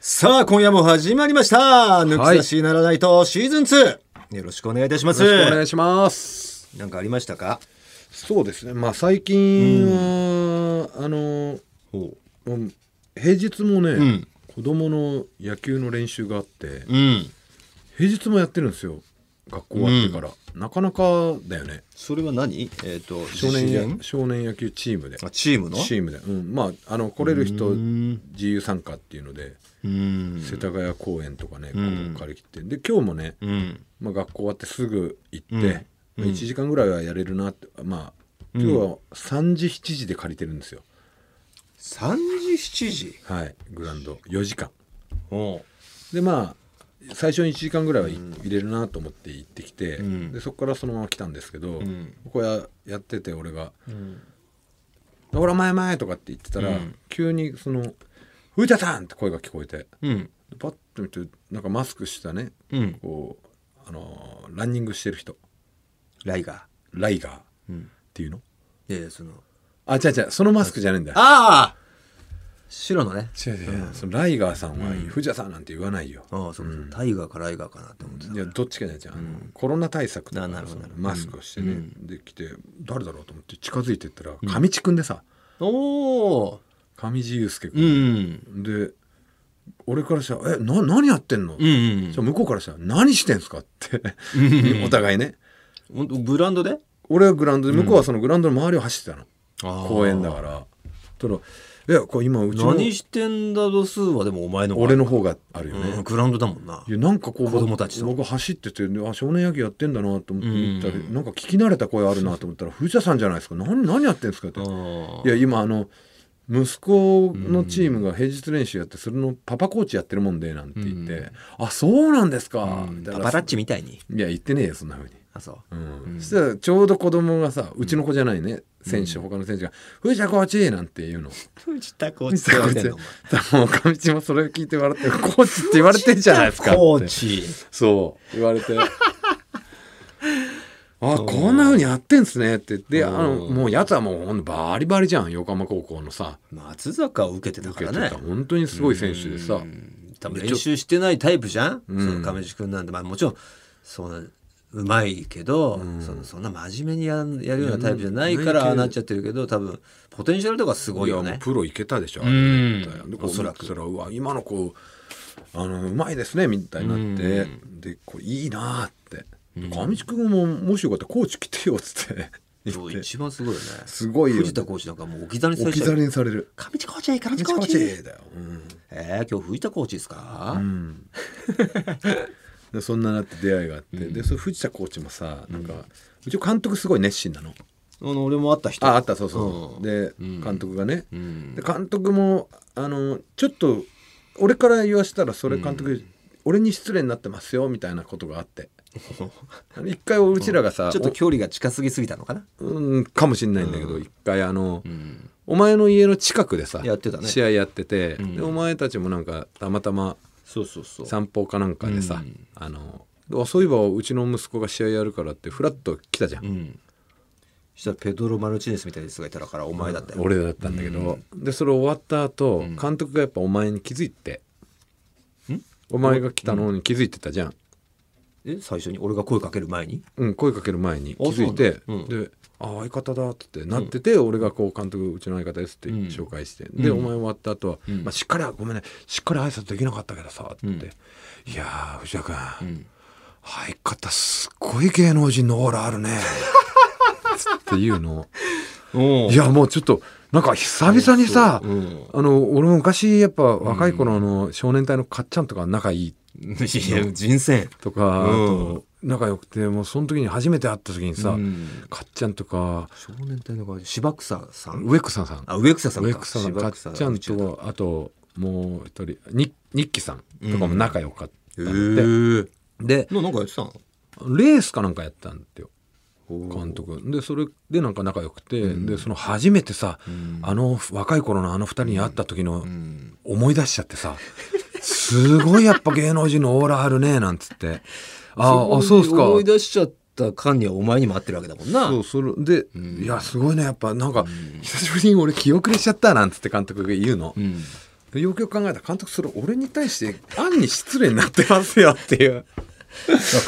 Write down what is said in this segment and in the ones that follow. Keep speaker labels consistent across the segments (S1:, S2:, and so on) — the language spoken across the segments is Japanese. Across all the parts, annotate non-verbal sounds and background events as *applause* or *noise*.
S1: さあ今夜も始まりました「抜き差しならないとシーズン2」よろしくお願いいたします
S2: よろしくお願いします。
S1: なんかありましたか
S2: そうですね。まあ最近は、あの
S1: ほ
S2: うん平日もね、
S1: ん
S2: 子供の野球の練習があって
S1: ううん
S2: 平日もやってるんですよ。学校終わってから、なかなかだよね。
S1: それは何えっ、と
S2: 少年
S1: 自主
S2: や
S1: 練
S2: 少年野球チームで
S1: あチームの
S2: チームで、うん、まああの来れる人
S1: うん
S2: 自由参加っていうので、
S1: うん
S2: 世田谷公園とかね、
S1: ん
S2: こう借り切ってで今日もね、
S1: うん
S2: まあ、学校終わってすぐ行って、
S1: ん
S2: まあ1時間ぐらいはやれるなってまあ今日は3時7時で借りてるんですよ
S1: 3時7時
S2: はいグラウンド4時間
S1: おう
S2: でまあ最初に1時間ぐらいはい入れるなと思って行ってきて、
S1: ん
S2: でそこからそのまま来たんですけど、
S1: ん
S2: ここややってて俺が「ほら前前」とかって言ってたら、
S1: うん
S2: 急にその「藤田さん!」って声が聞こえて
S1: うん
S2: パッと見てなんかマスクしたね、
S1: うん
S2: こうあのーランニングしてる人
S1: ライガ
S2: ライガーっ
S1: ーうん
S2: ていうの
S1: いやいやその
S2: あ、違う違う、そのマスクじゃないんだ。
S1: ああ白のね
S2: 違う違う、そのライガーさんは、藤田さんなんて言わないよ。
S1: ああそうそう、タイガーかライガーかなって思ってた
S2: いや、どっちかじゃないじゃんあのコロナ対策と
S1: あ
S2: か
S1: なるほどなるほど
S2: そのマスクをしてね、できて、誰だろうと思って近づいてったら、上地くんでさ、
S1: おお
S2: 上地雄介く。
S1: うんん
S2: で、俺からしたら、え、な、何やってんの、
S1: うんうん
S2: じゃあ向こうからしたら、何してんすかって、 *laughs* お互いね。
S1: ほんとブランドで
S2: 俺はグラウンドで、向こうはそのグラウンドの周りを走ってたの。公
S1: 公
S2: 園だから。たら、いや、これ今、うちの
S1: 何してんだ度数はでもお前の方が
S2: 俺の方があるよね。
S1: うんグラウンドだもんない
S2: やなんかこう
S1: 子供たちと
S2: 僕僕走っててあ少年野球やってんだなと思って見たら、
S1: うん
S2: なんか聞き慣れた声あるなと思ったら藤田さんじゃないですか何何やってんですかって、い
S1: い
S2: や今あの息子のチームが平日練習やってそれのパパコーチやってるもんでなんて言って、
S1: うん
S2: あそうなんですか、みたい
S1: パ
S2: な
S1: パラッチみたいに
S2: いや言ってねえよそんなふうに。
S1: あそう
S2: うん
S1: うん
S2: そしたらちょうど子供がさうちの子じゃないね、選手他の選手が「藤田コーチ!」なんて言うの。 *laughs*
S1: 自宅を
S2: 藤田コーチもう上地もそれを聞いて笑って「コーチって
S1: *laughs*
S2: 言われてんじゃないですか」って
S1: コーチ
S2: そう言われ
S1: *laughs*
S2: てあこんなふうにやってんすねってであの
S1: うん
S2: もうやつはもうほんとバリバリじゃん横浜高校のさ
S1: 松坂を受けてた
S2: 受
S1: か
S2: け
S1: ら
S2: て
S1: ね
S2: た本当にすごい選手でさ
S1: うん多分練習してないタイプじゃんその亀地君なんてまあもちろんそんなうまいけど、そのそんな真面目にやんやるようなタイプじゃないか
S2: いや
S1: ら
S2: な
S1: あ
S2: い
S1: あなっちゃってるけど多分ポテンシャルとかすごい
S2: いや
S1: よ
S2: もう
S1: ね
S2: プロいけたでしょあ
S1: う
S2: れ
S1: ん
S2: みたいなで
S1: お
S2: こう
S1: そ
S2: 思
S1: ら
S2: っ
S1: く
S2: てたらうわ今の子あのうまいですねみたいになって、でこういいなーってで上地君ももしよかったらコーチ来てよっつって言
S1: そう
S2: って
S1: 一 *laughs* 番すごいよね
S2: すごいよ
S1: 藤田コーチなんかもう置き去りにさ
S2: 置
S1: れ
S2: き
S1: ちゃ
S2: 去
S1: う
S2: りにされる
S1: 上地コーチ上地
S2: 上
S1: コ
S2: 地コ
S1: ー
S2: ー
S1: チ
S2: チだよ、うん
S1: えー、今日藤田コーチですか、
S2: うん、でそんななって出会いがあって、でそれ藤田コーチもさなんか、うちの監督すごい熱心なの。
S1: あの俺も会った人
S2: ああったそうそうそう、
S1: うん
S2: で、
S1: ん
S2: 監督がね、
S1: うん
S2: で監督もあのちょっと俺から言わしたらそれ監督、俺に失礼になってますよみたいなことが
S1: *laughs*
S2: あってあの一回うちらがさ、
S1: ちょっと距離が近すぎすぎたのかな、
S2: おうん、かもしんないんだけど、一回あの、お前の家の近くでさ
S1: やってたね
S2: 試合やってて、でお前たちもなんかたまたま
S1: そうそうそ
S2: 散歩かなんかでさ、あのあそういえばうちの息子が試合やるからってフラッと来たじゃん、
S1: うんそしたらペドロ・マルチネスみたいな人がいたからお前だったよ、
S2: 俺だったんだけど、でそれ終わった後、監督がやっぱお前に気づいて、お前が来たのに気づいてたじゃん、
S1: え最初に俺が声かける前に
S2: うん声かける前に気
S1: あ
S2: づいて、
S1: そうなんだ
S2: で「あ相方だ」っつってなってて、俺がこう監督うちの相方ですって紹介して、でお前終わった後は、まあしっかりはごめんねしっかり挨拶できなかったけどさ」って言って、いやー藤田君、相方すっごい芸能人のオーラあ
S1: *laughs*
S2: るね」っていうのを。
S1: お
S2: いやもうちょっとなんか久々にさ、
S1: そううん
S2: あの俺も昔やっぱ若い頃の少年隊のかっちゃんとか仲いい
S1: や人生
S2: とか、
S1: うん
S2: あと仲良くてもうその時に初めて会った時にさ、
S1: うん
S2: かっちゃんとか
S1: 少年隊の場合芝草さん
S2: 植草さん
S1: あ上草さんか
S2: 植草さんか
S1: 芝
S2: っちゃん
S1: 宇宙
S2: とあともう一人に日記さんとかも仲良かった
S1: へえ
S2: ので、で
S1: ななんかやってたの
S2: レースかなんかやったんだよ
S1: お
S2: 監督でそれでなんか仲良くて、でその初めてさ、あの若い頃のあの二人に会った時の思い出しちゃってさ、すごいやっぱ芸能人のオーラあるねなんつってああそうっすか
S1: 思い出しちゃった間にはお前にも会ってるわけだもんな
S2: そうそれで、いやすごいねやっぱなんか、久しぶりに俺気遅れしちゃったなんつって監督が言うの、でよくよく考えたら監督それ俺に対して暗に失礼になってますよっていう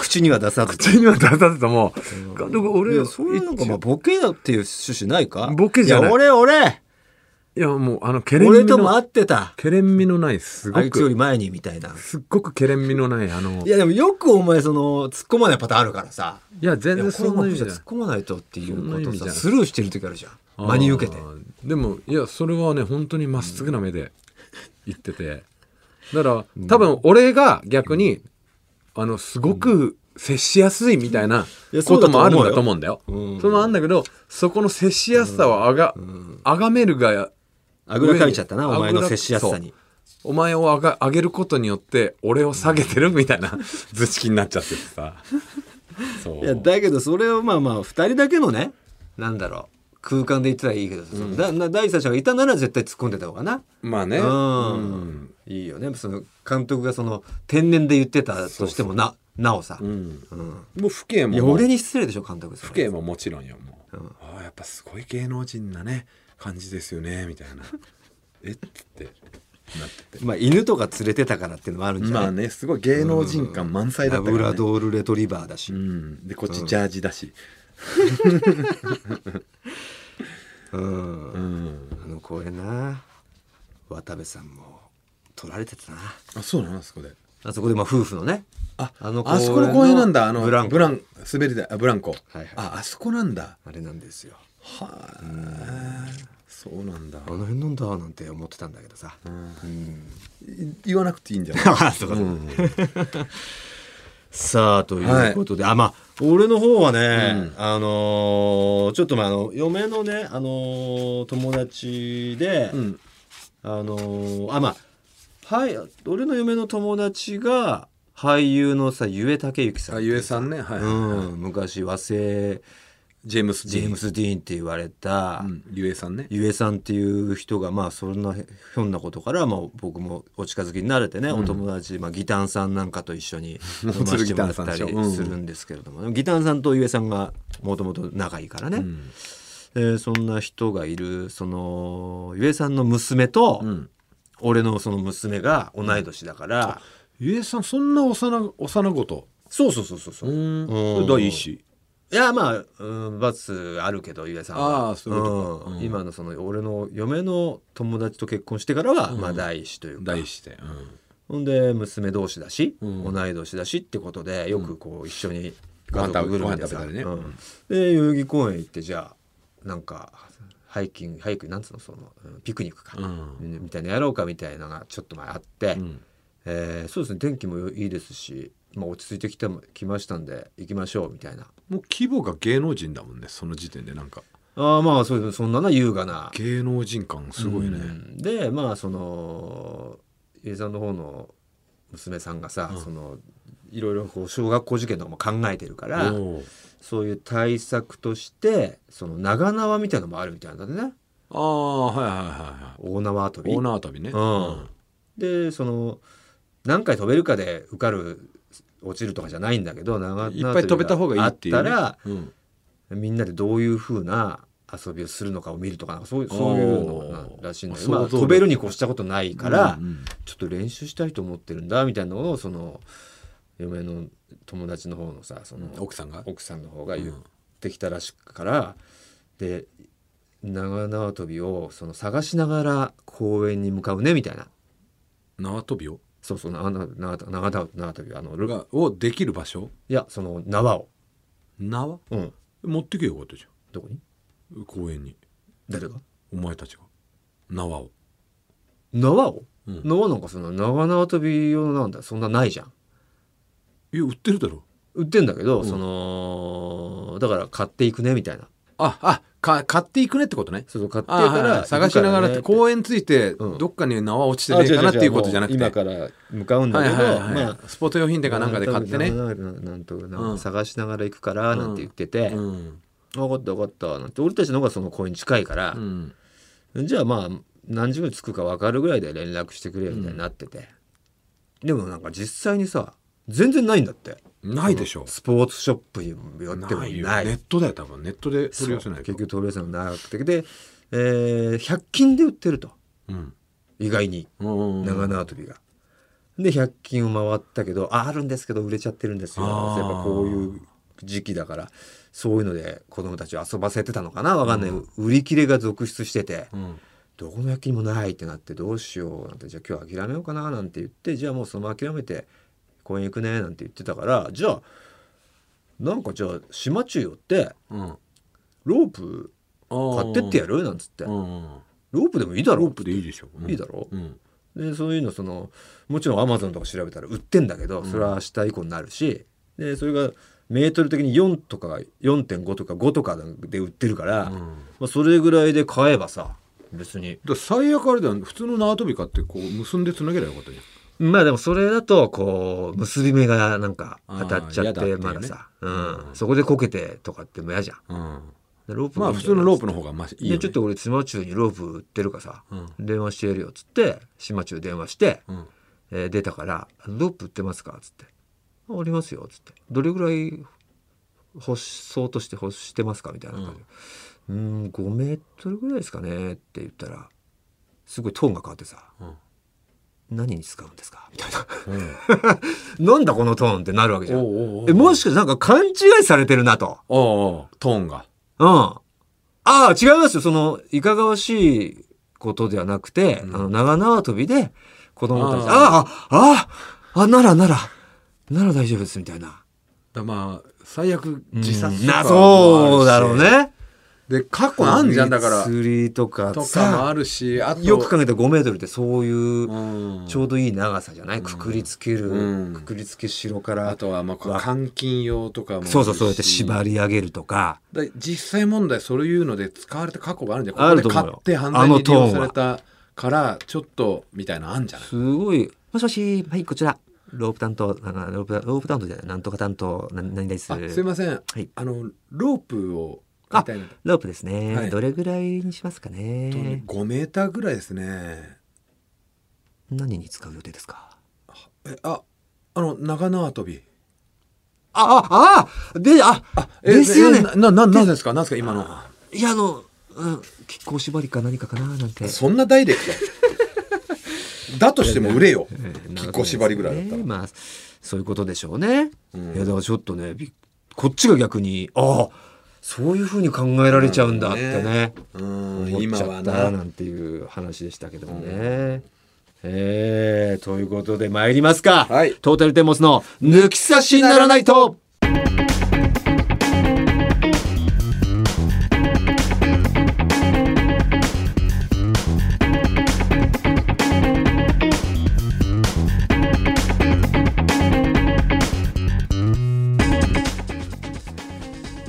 S1: 口には出さず
S2: 口には出さずとも監
S1: い
S2: 督俺
S1: やそういうなんかまあボケだっていう趣旨ないか
S2: ボケじゃない
S1: や俺俺
S2: いやもうあのケレン味
S1: 俺とも
S2: の
S1: 会ってた
S2: ケレン味のないす
S1: あ
S2: ご
S1: いつよ
S2: く
S1: り前にみたいな
S2: すっごくケレン味のないあの
S1: いやでもよくお前その突っ込まないパターンあるからさ
S2: いや全
S1: いやこ
S2: 然
S1: れ
S2: そん
S1: も
S2: な
S1: う
S2: 意味
S1: じ
S2: じ
S1: ゃあ
S2: ゃない
S1: 突っ込まないとっていう
S2: そんな意
S1: こ
S2: 味じ
S1: と
S2: ゃな
S1: さ
S2: い
S1: スルーしてる時あるじゃん真に受けて
S2: あーでもいやそれはね本当にまっすぐな目で言っててだから多分俺が逆に、あのすごく接しやすいみたいない
S1: やそ
S2: こ
S1: うだ
S2: と
S1: と
S2: も
S1: 思
S2: あ
S1: うよ
S2: るんだと思うんだよ、
S1: うん
S2: それもあるんだけどそこの接しやすさをあが,、あがめるが
S1: あぐらかいちゃったな
S2: 上に
S1: お前の接しやすさに
S2: お前をあが上げることによって俺を下げてるみたいな図式になっちゃっててさそう
S1: いやだけどそれをまあまあ2人だけのねなんだろう空間で言ってたらいいけどさ、だな第三者がいたなら絶対突っ込んでた方がな
S2: まあね、
S1: うん、
S2: うん
S1: いいよねその監督がその天然で言ってたとしてもななおさ、
S2: うん
S1: うん
S2: もう父兄も
S1: いや俺に失礼でしょ監督それ
S2: 父兄ももちろんよもう、
S1: うん
S2: ああやっぱすごい芸能人なね感じですよねみたいな *laughs* えっつってなってて
S1: まあ犬とか連れてたからっていうのもあるんじゃない、
S2: まあねすごい芸能人感満載だ
S1: ラ
S2: った
S1: ブ
S2: から、
S1: ラ
S2: ね
S1: ドールレトリバーだし、
S2: うん、でこっちジャージだし、
S1: うん
S2: うん、
S1: あの公園な渡部さんも取られてたな
S2: あそうなのあそこで
S1: あそこでまあ夫婦のね
S2: あ
S1: あ
S2: あ
S1: の
S2: そこの公園なんだあの
S1: ブランコ
S2: ブラン滑り台あブランコ、
S1: はいはい
S2: ああそこなんだ
S1: あれなんですよ
S2: はあ、そうなんだ
S1: あの辺なんだなんて思ってたんだけどさ、
S2: い言わなくていいんじゃない
S1: *laughs* あそうかそうかさあということで、あまあ俺の方はね、あのーちょっとまああの嫁のね、あのー友達で、 *laughs*
S2: うん
S1: あのーあまあはい俺の嫁の友達が俳優のさゆえたけゆきさん
S2: あゆえさんねはい、
S1: うん、昔和製
S2: ジェームス・
S1: ジェーム
S2: ス、
S1: ス・ディーンって言われた、
S2: うん、ゆえさんね
S1: ゆえさんっていう人がまあそんなひょんなことからまあ僕もお近づきになれてね、お友達、まあ、ギタンさんなんかと一緒に飲ませてもらったりするんですけれども、ギタンさんとゆえさんがもともと仲いいからね、
S2: ん
S1: えーそんな人がいるそのゆえさんの娘と、
S2: うん
S1: 俺のその娘が同い年だから、
S2: ゆえさんそんな幼幼子と
S1: そうそうそうそうそうう、
S2: ー
S1: うん
S2: ん第一子
S1: いやまあ、うん、罰あるけどゆえさんは
S2: ああそういうことか
S1: ん
S2: うん
S1: 今のその俺の嫁の友達と結婚してからは、まあ第一というか
S2: 第一子で、
S1: ほんで娘同士だし、
S2: うん
S1: 同い年だしってことでよくこう一緒に
S2: ご
S1: 家
S2: 飯
S1: 族
S2: 食べ
S1: ぐるみでさ、
S2: ご飯食べたりね
S1: うんで代々木公園行ってじゃあなんかハイキングハイクなんつうのそのうんピクニックか、
S2: う
S1: みたいなやろうかみたいなのがちょっと前あって、
S2: ん
S1: えーそうですね天気もいいですし、まあ、落ち着いてきたもきましたんで行きましょうみたいな
S2: もう規模が芸能人だもんねその時点でなんか
S1: ああまあそうですねそんなな優雅な
S2: 芸能人感すごいね、
S1: うんでまあその家さんの方の娘さんがさ、そのいろいろこう小学校受験とかも考えてるから
S2: おう
S1: そういう対策としてその長縄みたいのもあるみたいなんだね
S2: ああはいはいはいは
S1: 大縄跳
S2: い
S1: び。
S2: オーナー旅ね
S1: うん、でその何回飛べるかで受かる落ちるとかじゃないんだけど長縄
S2: いっぱい飛べた方がいいっていう、ね、
S1: あったら
S2: うん
S1: みんなでどういうふうな遊びをするのかを見るとかなんかそういう
S2: あー
S1: そういうのなんらしいんだけど、まあ、
S2: 想像
S1: 飛
S2: 力
S1: べるに越したことないから、
S2: うんうん
S1: ちょっと練習したいと思ってるんだみたいなのをその嫁の友達の方のさその
S2: 奥さんが
S1: 奥さんの方が言ってきたらしくから、で長縄跳びをその探しながら公園に向かうねみたいな
S2: 縄跳びを
S1: そうそう長縄長縄長縄跳びあのル
S2: がをできる場所
S1: いやその縄を、
S2: 縄
S1: うん、
S2: 持ってけよかったじ
S1: どこに
S2: ゃん公園に
S1: 誰が
S2: お前たちが縄を
S1: 縄を、
S2: うん
S1: 縄なんかその長縄跳び用なんだそんなないじゃん
S2: いや売ってるだろ
S1: 売ってんだけど、そのだから買っていくねみたいな
S2: ああか買っていくねってことね
S1: そうそう買ってか
S2: あ
S1: ら
S2: はいはい探しながらって
S1: 園
S2: 公園ついて
S1: うん
S2: どっかに縄落ちてねえかなっていうことじゃなくて
S1: 今から向かうんだ
S2: は
S1: け
S2: い
S1: ど、
S2: はいはい、
S1: まあ
S2: スポット用品店かなんかで買ってね、
S1: なんとなくなんとなく
S2: うん
S1: 探しながら行くからなんて言ってて、
S2: うん
S1: 分かった分かったなんて俺たちの方がその公園近いから
S2: う、ん、
S1: じゃあまあ何時ぐらい着くか分かるぐらいで連絡してくれみたいになってて、でもなんか実際にさ全然ないんだって
S2: ないでしょ
S1: スポーツショップにも寄っても
S2: ない
S1: ない
S2: よネットだよ多分ネットで
S1: そう
S2: 取り寄せないと
S1: 結局取り寄せの長くてで、えー100均で売ってると
S2: うん
S1: 意外に長縄跳びが。で100均を回ったけどああるんですけど売れちゃってるんですよ
S2: あー
S1: やっぱこういう時期だからそういうので子供たちを遊ばせてたのかなわかんない、売り切れが続出してて、
S2: うん
S1: どこの焼きにもないってなってどうしようなんてじゃあ今日諦めようかななんて言ってじゃあもうその諦めて公園行くねなんて言ってたからじゃあなんかじゃあ島中寄って
S2: うん
S1: ロープ買ってってや
S2: る
S1: るなんつって
S2: うんうんうん
S1: ロープでもいいだろ
S2: ロープでいいでしょうん
S1: いいだろ
S2: うん
S1: でそういうのそのもちろんアマゾンとか調べたら売ってんだけどそれは明日以降になるし、でそれがメートル的に4とか4.5とか5とかで売ってるから、
S2: うん
S1: まあ、それぐらいで買えばさ別に
S2: だから最悪あれだよ普通の縄跳び買ってこう結んでつなげればよかったじゃん
S1: まあでもそれだとこう結び目がなんか当たっちゃっ
S2: あ
S1: て
S2: ー嫌だっていうね
S1: まださうん
S2: うん
S1: そこでこけてとかっても嫌じゃん
S2: うん
S1: でロープ
S2: まあ普通のロープの方がまあいい
S1: い
S2: よ、ね、
S1: ちょっと俺島中にロープ売ってるからさ、
S2: う
S1: 電話してやるよっつって島中電話して、
S2: うん
S1: えー出たから「ロープ売ってますか?」っつって「あありますよ」っつって「どれぐらい欲しそうとして欲してますか?」みたいな感じで「うーん5メートルぐらいですかね」って言ったらすごいトーンが変わってさ「
S2: うん
S1: 何に使うんですか?」みたいな。
S2: うん
S1: *laughs* なんだこのトーンってなるわけじゃん。
S2: おうおうおう
S1: え、もしかしてなんか勘違いされてるなと。
S2: おうおうトーンが
S1: うん。ああ、違いますよ。その、いかがわしいことではなくて、あの、長縄跳びで子供たち、
S2: あー
S1: ああ、ああ、あ、ならなら、なら大丈夫です、みたいな。
S2: だまあ最悪自殺
S1: な、そうだろうね。
S2: で過去あんじゃんだから
S1: 釣りとか
S2: とかも
S1: さ
S2: あ、るしあと
S1: よく考えたら5メートルってそういう、
S2: うん
S1: ちょうどいい長さじゃないくくりつける、
S2: うん
S1: くくりつけしろから。
S2: あとはまあこう
S1: わ
S2: 監禁用とかもあるし
S1: そうそう、そうやって縛り上げるとか。
S2: だ実際問題そういうので使われた過去があるんじゃん
S1: あると
S2: ここ
S1: 思う
S2: で
S1: よ
S2: 買って犯罪に利
S1: あのトー
S2: 用
S1: ン
S2: さ
S1: は
S2: れたからちょっとみたいなのあんじゃない
S1: すごい。もしもし、はい、こちら。ロープ担当、あのロープ、ロープ担当じゃない、なんとか担当、な、何です。
S2: あすいません、
S1: い
S2: あのロープを買いたいなと
S1: ロープですね、
S2: はい
S1: どれぐらいにしますかね。
S2: 5メーターぐらいですね
S1: 何に使う予定ですか。
S2: えああの長縄跳び
S1: あ、あ、あ、で、あ、
S2: え
S1: ですよね
S2: えなななんですかなんですか今の
S1: いや、あの、うん、亀甲縛りか何かかななんて。
S2: そんなダイレク
S1: *laughs*
S2: トだとしても売れよ
S1: ええ
S2: 亀甲縛りぐらいだったら、
S1: ねまあ、そういうことでしょうね。
S2: うん
S1: いや、だから、ちょっとね、びこっちが逆に、ああ。そういうふうに考えられちゃうんだって
S2: なるほど
S1: ね。
S2: うん
S1: 思っ
S2: 今
S1: ちゃ
S2: は
S1: った
S2: な
S1: なんていう話でしたけどもね。えー、ということで参りますか、
S2: はい
S1: トータルテンボスの「抜き差しならないと」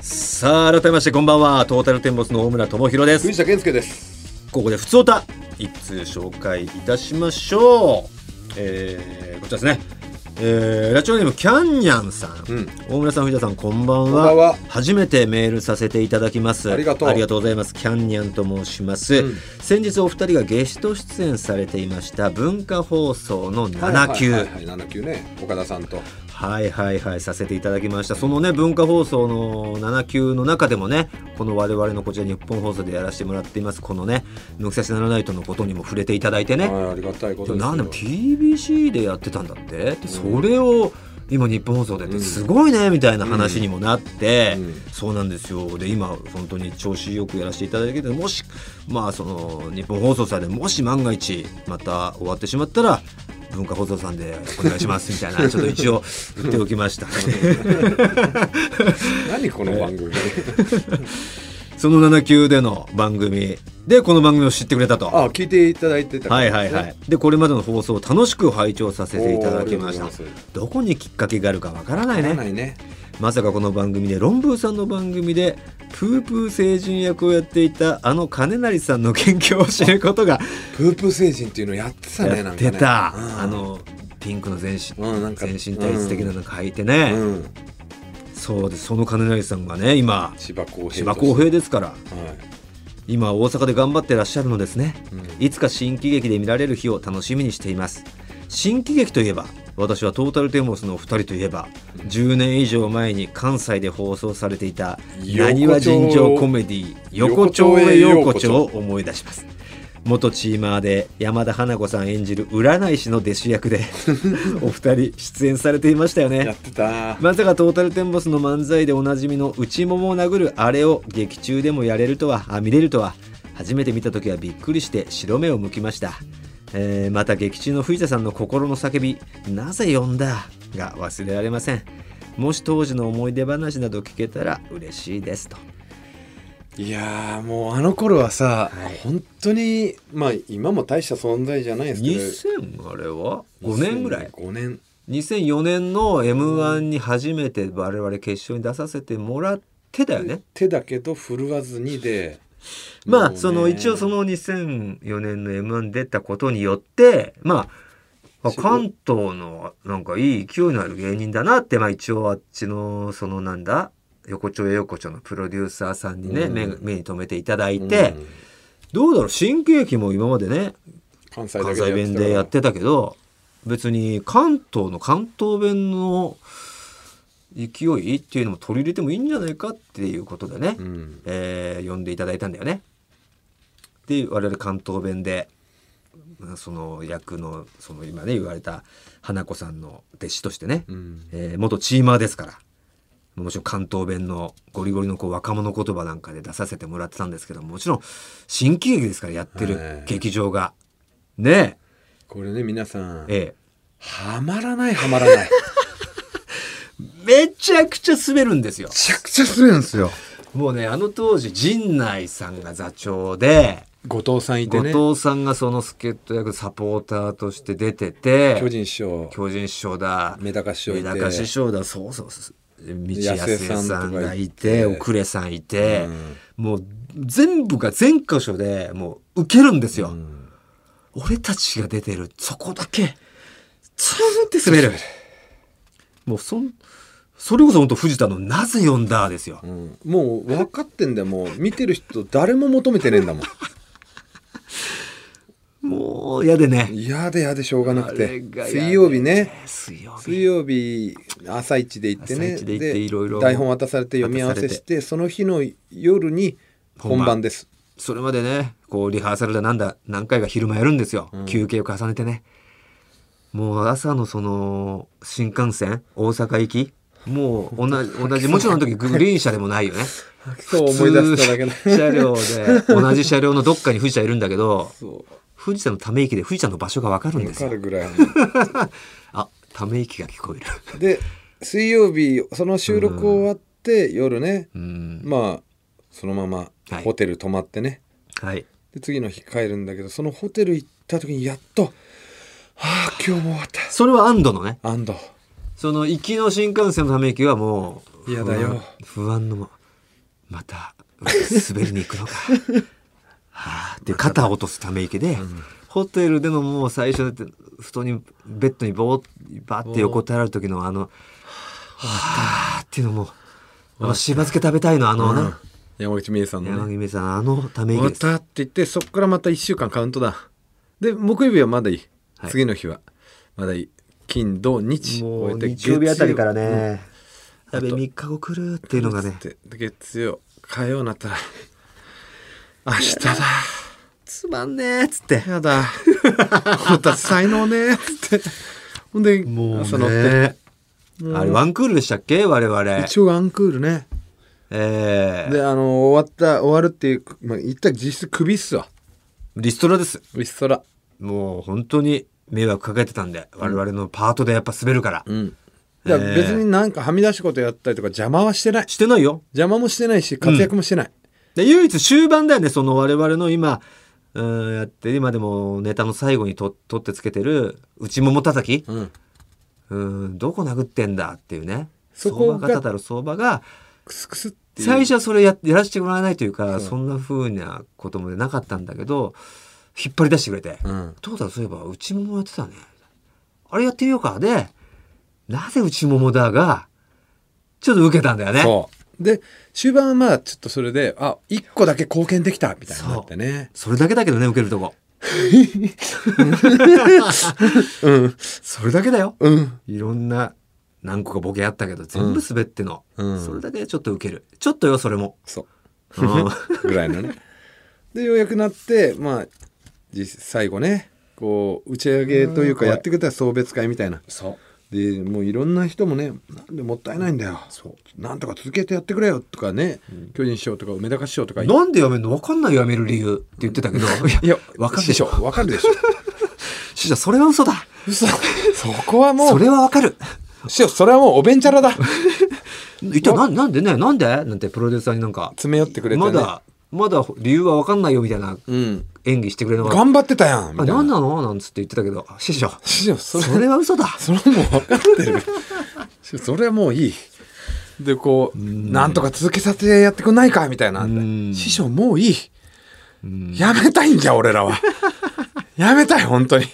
S1: さあ改めましてこんばんはトータルテンボスの大村智広です
S2: 藤田健介です
S1: ここで普通歌一通紹介いたしましょう、えー、こちらですね、えー、ラジオネームキャンニャンさん、
S2: うん
S1: 大村さん藤田さんこんばんは
S2: こんばんは
S1: 初めてメールさせていただきます
S2: ありがとう
S1: ありがとうございますキャンニャンと申します、
S2: うん
S1: 先日お二人がゲスト出演されていました文化放送の7級
S2: はいはいはい、7級ね岡田さんと
S1: はいはいはいさせていただきましたそのね文化放送の7級の中でもねこの我々のこちら日本放送でやらせてもらっていますこのね「抜き差しならないと」のことにも触れていただいてね
S2: はいありがたいことですよ
S1: 何でも TBC でやってたんだってでそれを今日本放送でってすごいねみたいな話にもなって、
S2: うんうん
S1: そうなんですよで今本当に調子よくやらせていただいててもしまあその日本放送さんでもし万が一また終わってしまったら文化放送さんでお願いし
S2: *laughs*
S1: ますみたいなちょっと一応言っておきました *laughs*
S2: 何この番組、 *laughs*
S1: その7級での番組でこの番組を知ってくれたと。
S2: あ聞いていただいてたか
S1: は
S2: ら
S1: いはいはい、でこれまでの放送を楽しく拝聴させていただきまし
S2: おーありが
S1: た
S2: とうございます
S1: どこにきっかけがあるかわからないね
S2: ならないね
S1: まさかこの番組でロンブーさんの番組でプープー星人役をやっていたあの金成さんの研究を知ること
S2: *laughs*
S1: が
S2: プープー星人っていうのやってたね
S1: や
S2: な
S1: っ
S2: んかね
S1: てた、
S2: うん
S1: あのピンクの全身、
S2: うんなんか
S1: 全身タイツ的なの履いて
S2: う
S1: ね、
S2: ん、うん、
S1: そうですその金成さんがね今
S2: 千葉公平
S1: 千葉公平ですから
S2: はい
S1: 今大阪で頑張ってらっしゃるのですね、
S2: う
S1: いつか新喜劇で見られる日を楽しみにしています新喜劇といえば私はトータルテンボスのお二人といえば10年以上前に関西で放送されていたな
S2: 横丁
S1: にわ人情コメディ横丁へようこちょを思い出します元チーマーで山田花子さん演じる占い師の弟子役 *laughs* でお二人出演されていましたよね
S2: やってた
S1: まさかトータルテンボスの漫才でおなじみの内ももを殴るあれを劇中でもやれるとはあ見れるとは初めて見た時はびっくりして白目を向きましたえー、また劇中の藤田さんの心の叫び「なぜ呼んだ?」が忘れられませんもし当時の思い出話など聞けたら嬉しいですと
S2: いやもうあの頃はさ、はい、本当にまあ今も大した存在じゃないですけど
S1: 2000あれは5年ぐらい
S2: 5年
S1: 2004年の m 1に初めて我々決勝に出させてもらってだよね
S2: 手だけど振るわずにで
S1: *laughs* まあ、その一応その2004年の m 1出たことによってまあ関東のなんかいい勢いのある芸人だなってまあ一応あっちのそのなんだ横丁横丁のプロデューサーさんにね、うん、目目に留めていただいて、うん、どうだろう新喜劇も今までね
S2: 関西
S1: 弁でやってたけど別に関東の関東弁の。勢いっていうのも取り入れてもいいんじゃないかっていうことでね、うん、えー、呼んでいただいたんだよね。で我々関東弁でその役のその今ね言われた花子さんの弟子としてね、うん、えー、元チーマーですからもちろん関東弁のゴリゴリのこう若者言葉なんかで出させてもらってたんですけどももちろん新喜劇ですからやってる劇場が、ね
S2: これね皆さん、
S1: ええ、
S2: はまらないはまら
S1: *laughs*
S2: ない。
S1: めちゃくちゃ滑るんですよ。
S2: めちゃくちゃ滑るんですよ。
S1: もうね、あの当時、陣内さんが座長で、
S2: 後藤さんいてね。
S1: 後藤さんがその助っ人役サポーターとして出てて、
S2: 巨人師匠。
S1: 巨人師匠だ。
S2: メダカ師匠、
S1: メダカ師匠だ。そうそうそう。道康さんがいて、奥れさんいて、うん、もう全部が全箇所でもう受けるんですよ。うん、俺たちが出てる、そこだけ、ツーンって滑る。もうそん、それこそ本当藤田のなぜ呼んだですよ、うん
S2: もう分かってんだよもう見てる人誰も求めてねえんだもん
S1: もう嫌でね
S2: 嫌で嫌でしょうがなくて水曜日ね
S1: 水曜日
S2: 水曜日朝一で行ってね
S1: でいろいろ
S2: 台本渡されて読み合わせしてその日の夜に本番です
S1: それまでねこうリハーサルだなんだ何回か昼間やるんですよ、うん、休憩を重ねてねもう朝のその新幹線大阪行きもう同じ
S2: *laughs*
S1: 同じもちろんあの時グリーン車でもないよね。
S2: そう *laughs* 思い出しただけだ。
S1: 車両
S2: *laughs*
S1: で同じ車両のどっかに富士山いるんだけど、富士山のため息で富士山の場所がわかるんですよ。
S2: わかるぐらい。
S1: あ、ため息が聞こえる。
S2: で、水曜日その収録終わって、夜ね、まあそのままホテル泊まってね。
S1: はい。
S2: で次の日帰るんだけど、そのホテル行った時にやっと、はあ今日も終わった。
S1: それは安堵のね。
S2: 安堵。
S1: その行きの新幹線のため息はも
S2: う嫌だよ
S1: 不安のまた滑りに行くの *laughs* かはあって肩を落とすため息で、うん、ホテルでのもう最初布団にベッドにボーバーって横たわる時のあのはあっていうのもあのしば漬け食べたいのあのな、うん、
S2: 山口美恵さんの、ね、
S1: 山口美恵さんあのため息
S2: 終わったって言ってそこからまた1週間カウントだで木曜日はまだいい、はい、次の日はまだいい金土日
S1: もう日曜日あたりからね、やべ3日後来るっていうのがね
S2: 月曜火曜になったら明日
S1: *laughs*
S2: だ
S1: つまんねえっつって
S2: やだまた才能ねえっつってほんで
S1: もう朝乗ってあれワンクールでしたっけ我々
S2: 一応ワンクールね
S1: ええ
S2: であの終わった終わるっていう、まあ、言った実質クビっすわ
S1: リストラです
S2: リストラ
S1: もう本当に迷惑かけてたんで我々のパートでやっぱ滑るから、
S2: うん、だから別になんかはみ出しことやったりとか邪魔はしてない
S1: してないよ
S2: 邪魔もしてないし活躍もしてない、うん、
S1: で唯一終盤だよねその我々の今うんやって今でもネタの最後にと取ってつけてる内ももたたき、うん、うんどこ殴ってんだっていうね
S2: そこ
S1: が相場が相場が
S2: クスクスって
S1: 最初はそれややらせてもらえないというかそんなふうなこともなかったんだけど引っ張り出してくれて、うん、トータルそういえば内ももやってたねあれやってみようかでなぜ内ももだがちょっと受けたんだよね
S2: で終盤はまあちょっとそれであ一1個だけ貢献できたみたいになってね
S1: それだけだけどね受けるとこ
S2: うん、
S1: それだけだよ、
S2: うん、
S1: いろんな何個かボケあったけど全部滑っての、うん、それだけちょっと受けるちょっとよそれも
S2: *laughs* そうぐらいのねでようやくなってまあ実最後ねこう打ち上げというか
S1: うん
S2: やってくれたら送別会みたいな
S1: そう
S2: でもういろんな人もねなんでもったいないんだよなんとか続けてやってくれよとかね、巨人師匠とか梅高師匠とかい
S3: なんでやめるの分かんないよやめる理由って言ってたけど、いや、分かるでし
S2: 師匠
S3: ょ。
S2: わかるでしょ
S3: 師匠、それは嘘だ。
S2: そこはも
S3: そうれは分かる。
S2: 師匠それはもうおべんちゃらだ
S3: 一体なんなんでね、なんでなんてプロデューサーになんか、
S2: 詰め寄ってくれて、ね、
S3: まだ、まだ理由は分かんないよみたいな
S2: うん
S3: 演技してくれなかった。
S2: 頑張ってたやんみた
S3: あ、
S2: いな
S3: なんなのなんつって言ってたけど、師匠、
S2: 師匠それ
S3: それは嘘だ。
S2: それはもう分かってる師匠 *laughs* それはもういいでこうなんとか続けさせてやってくんないかみたいな師匠もういいやめたいんじゃ俺ら *laughs* はやめたい本当に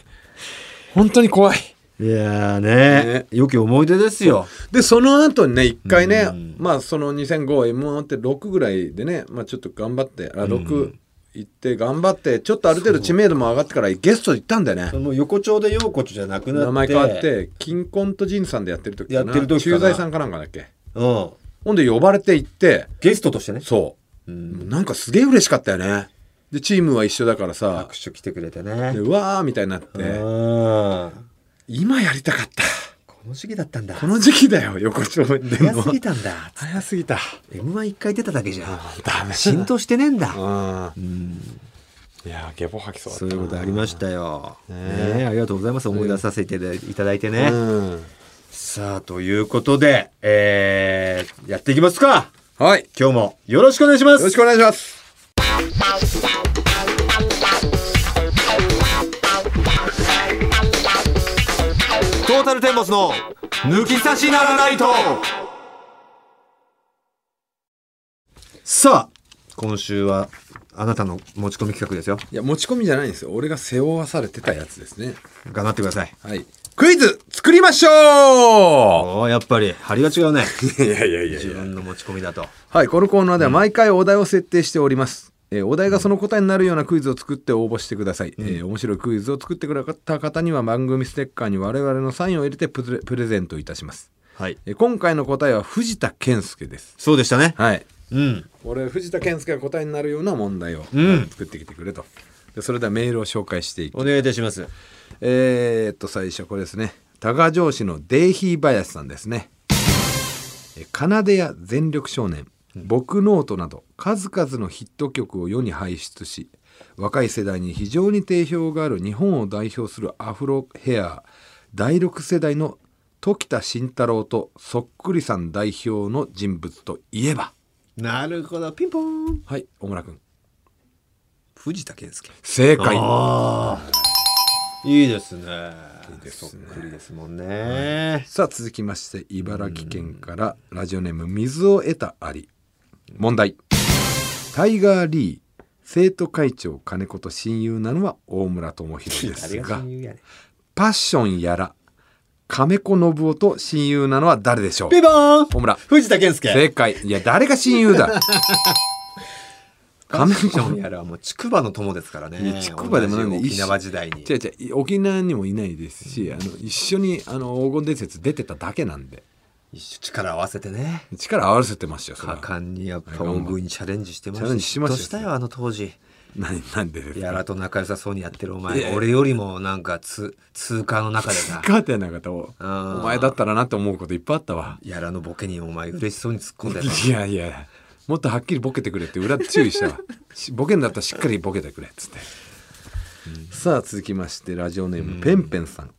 S2: 本当に怖い
S1: いやーね
S2: ね
S1: 良き思い出ですよ。
S2: でその後にね一回ね、まあその 2005M1 って6ぐらいでね、まあ、ちょっと頑張ってあ6行って頑張ってちょっとある程度知名度も上がってからゲスト行ったんだよね
S1: その横丁で陽子ちゃなくなって
S2: 名前変わって金婚と仁さんでやってる時か
S1: や
S2: な
S1: ってる時かな
S2: 駐在さんかなんかだっけ
S1: うん、
S2: ほんで呼ばれて行って
S1: ゲストとしてね
S2: そう、なんかすげえ嬉しかったよねでチームは一緒だからさ
S1: 握手来てくれてね
S2: で。うわーみたいになって、
S1: うん
S2: 今やりたかった
S1: この時期だったんだ
S2: こ。の時期だよ横丁に出るの
S1: 早
S2: は
S1: すぎたんだ。
S2: 早すぎた
S1: M1 一回出ただけじゃ
S2: ダメだ
S3: 浸透してねえんだ。
S2: うんいやーゲボ吐きそうだ
S1: そ
S2: っ
S1: うい
S2: た
S1: う
S2: な
S1: ことありましたよ。
S2: ね
S1: ねえありがとうございます。思い出させていただいてね。
S2: うん
S1: さあ、ということで、えー、やっていきますか。
S2: はいよ
S1: 今日もよろしくお願いします。
S2: ろしくお願いします
S1: トータルテンボスの抜き差しならないとさあ今週はあなたの持ち込み企画ですよ
S2: いや持ち込みじゃないんですよ俺が背負わされてたやつですね
S1: 頑張ってください
S2: はいクイズ作りましょ
S1: おーやっぱり張りが違う *laughs* ね
S2: ういやいやいや
S1: 自分の持ち込みだと
S2: はい、このコーナーでは毎回お題を設定しております。えーお題がその答えになるようなクイズを作って応募してください、えー面白いクイズを作ってくれた方には番組ステッカーに我々のサインを入れてプレプレゼントいたします、
S1: はい
S2: えー今回の答えは藤田健介です
S1: そうでしたね
S2: はい
S1: うん
S2: 俺藤田健介が答えになるような問題を
S1: うん
S2: 作ってきてくれと、でそれではメールを紹介していき
S1: お願いいたします
S2: えーっと最初これですね多賀城市のデイヒー林さんですね「奏でや全力少年」「僕ノート」など数々のヒット曲を世に輩出し若い世代に非常に定評がある日本を代表するアフロヘア第6世代の時田慎太郎とそっくりさん代表の人物といえば
S1: なるほどピンポン
S2: はい小村君
S1: 藤田健介
S2: 正解
S1: いいですね
S2: いいで
S1: そ
S2: すね
S1: っくりですもんね、
S2: さあ続きまして茨城県からラジオネーム水を得たあり問題タイガー・リー生徒会長金子と親友なのは大村智弘
S1: *laughs*
S2: で
S1: あ
S2: す
S1: りが
S2: が
S1: とうやね
S2: パッションやら亀子信夫と親友なのは誰でしょう
S1: ピンポン
S2: 大村
S1: 藤田健介
S2: 正解いや誰が親
S1: *laughs*
S2: 友だ
S1: カ
S2: 亀
S1: メ
S2: 子
S1: ちゃんやらもう筑波の友ですから
S2: いや
S1: ね。
S2: 筑波でもない
S1: 同じ沖縄時代に。
S2: 違う違う沖縄にもいないですしあの一緒にあの黄金伝説出てただけなんで
S1: 一緒力を合わせてね。
S2: 力合わせてましたよそれ
S1: 果敢
S2: は
S1: にやっぱ大食いにチャレンジしてました。
S2: チャレンジしましたよ
S1: 嫉妬したよ、あの当時。
S2: 何なんでですか
S1: やらと仲良さそうにやってるお
S2: いやい
S1: 前。
S2: や
S1: 俺よりもなんかつ通貨の中で
S2: *laughs*
S1: さ。
S2: カーテンなんかと、お
S1: ん
S2: 前だったらなって思うこといっぱいあったわ。
S1: やらのボケにお前嬉しそうに突っ込んでた。
S2: いやいや、もっとはっきりボケてくれって裏で注意したわ。しボケんだったらしっかりボケてくれっつって。さあ続きましてラジオネームペンペンさん。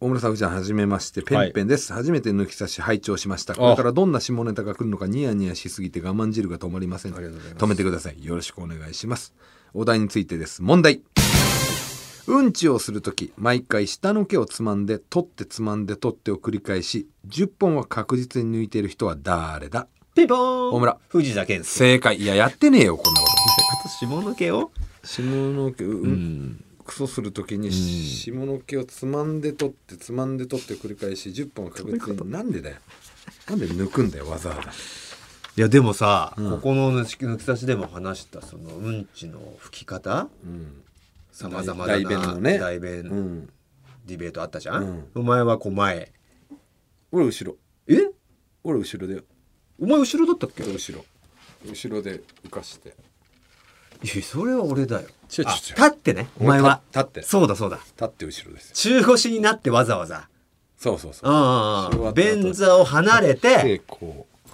S2: 大村さん、ふちゃん、はじめまして、ペンペンです。初めて抜き差し拝聴しました。これからどんな下ネタが来るのかニヤニヤしすぎて我慢汁が止まりません。止めてください。よろしくお願いします。お題についてです。問題。うんちをするとき毎回下の毛をつまんで取ってつまんで取ってを繰り返し10本は確実に抜いている人は誰だ
S1: ピンポン
S2: 大村
S1: 藤田
S2: *laughs*
S1: 健介。
S2: 正解いややってねえよこんなこ
S1: 下の毛を
S2: と下の毛うん、クソするときに下の毛をつまんで取ってつまんで取って繰り返し10本は確実になんでだよなんで抜くんだよわざわざ
S1: いやでもさ、ここの抜き抜き差しでも話したそのうんちの吹き方さまざまな
S2: 大便のね
S1: 大便
S2: うん
S1: ディベートあったじゃん、
S2: うん
S1: お前はこう前
S2: 俺後ろ
S1: え
S2: 俺後ろだよ
S1: お前後ろだったっけ
S2: 後ろ後ろで浮かして
S1: いやそれは俺だよ
S2: ちょちょ
S1: あ
S2: ち
S1: 立
S2: ょ
S1: ってねお前は
S2: 立立って
S1: そうだそうだ
S2: 立って後ろですよ
S1: 中腰になってわざわざ
S2: そうそうそう
S1: ああ
S2: 座った後
S1: 便座を離れて
S2: でこう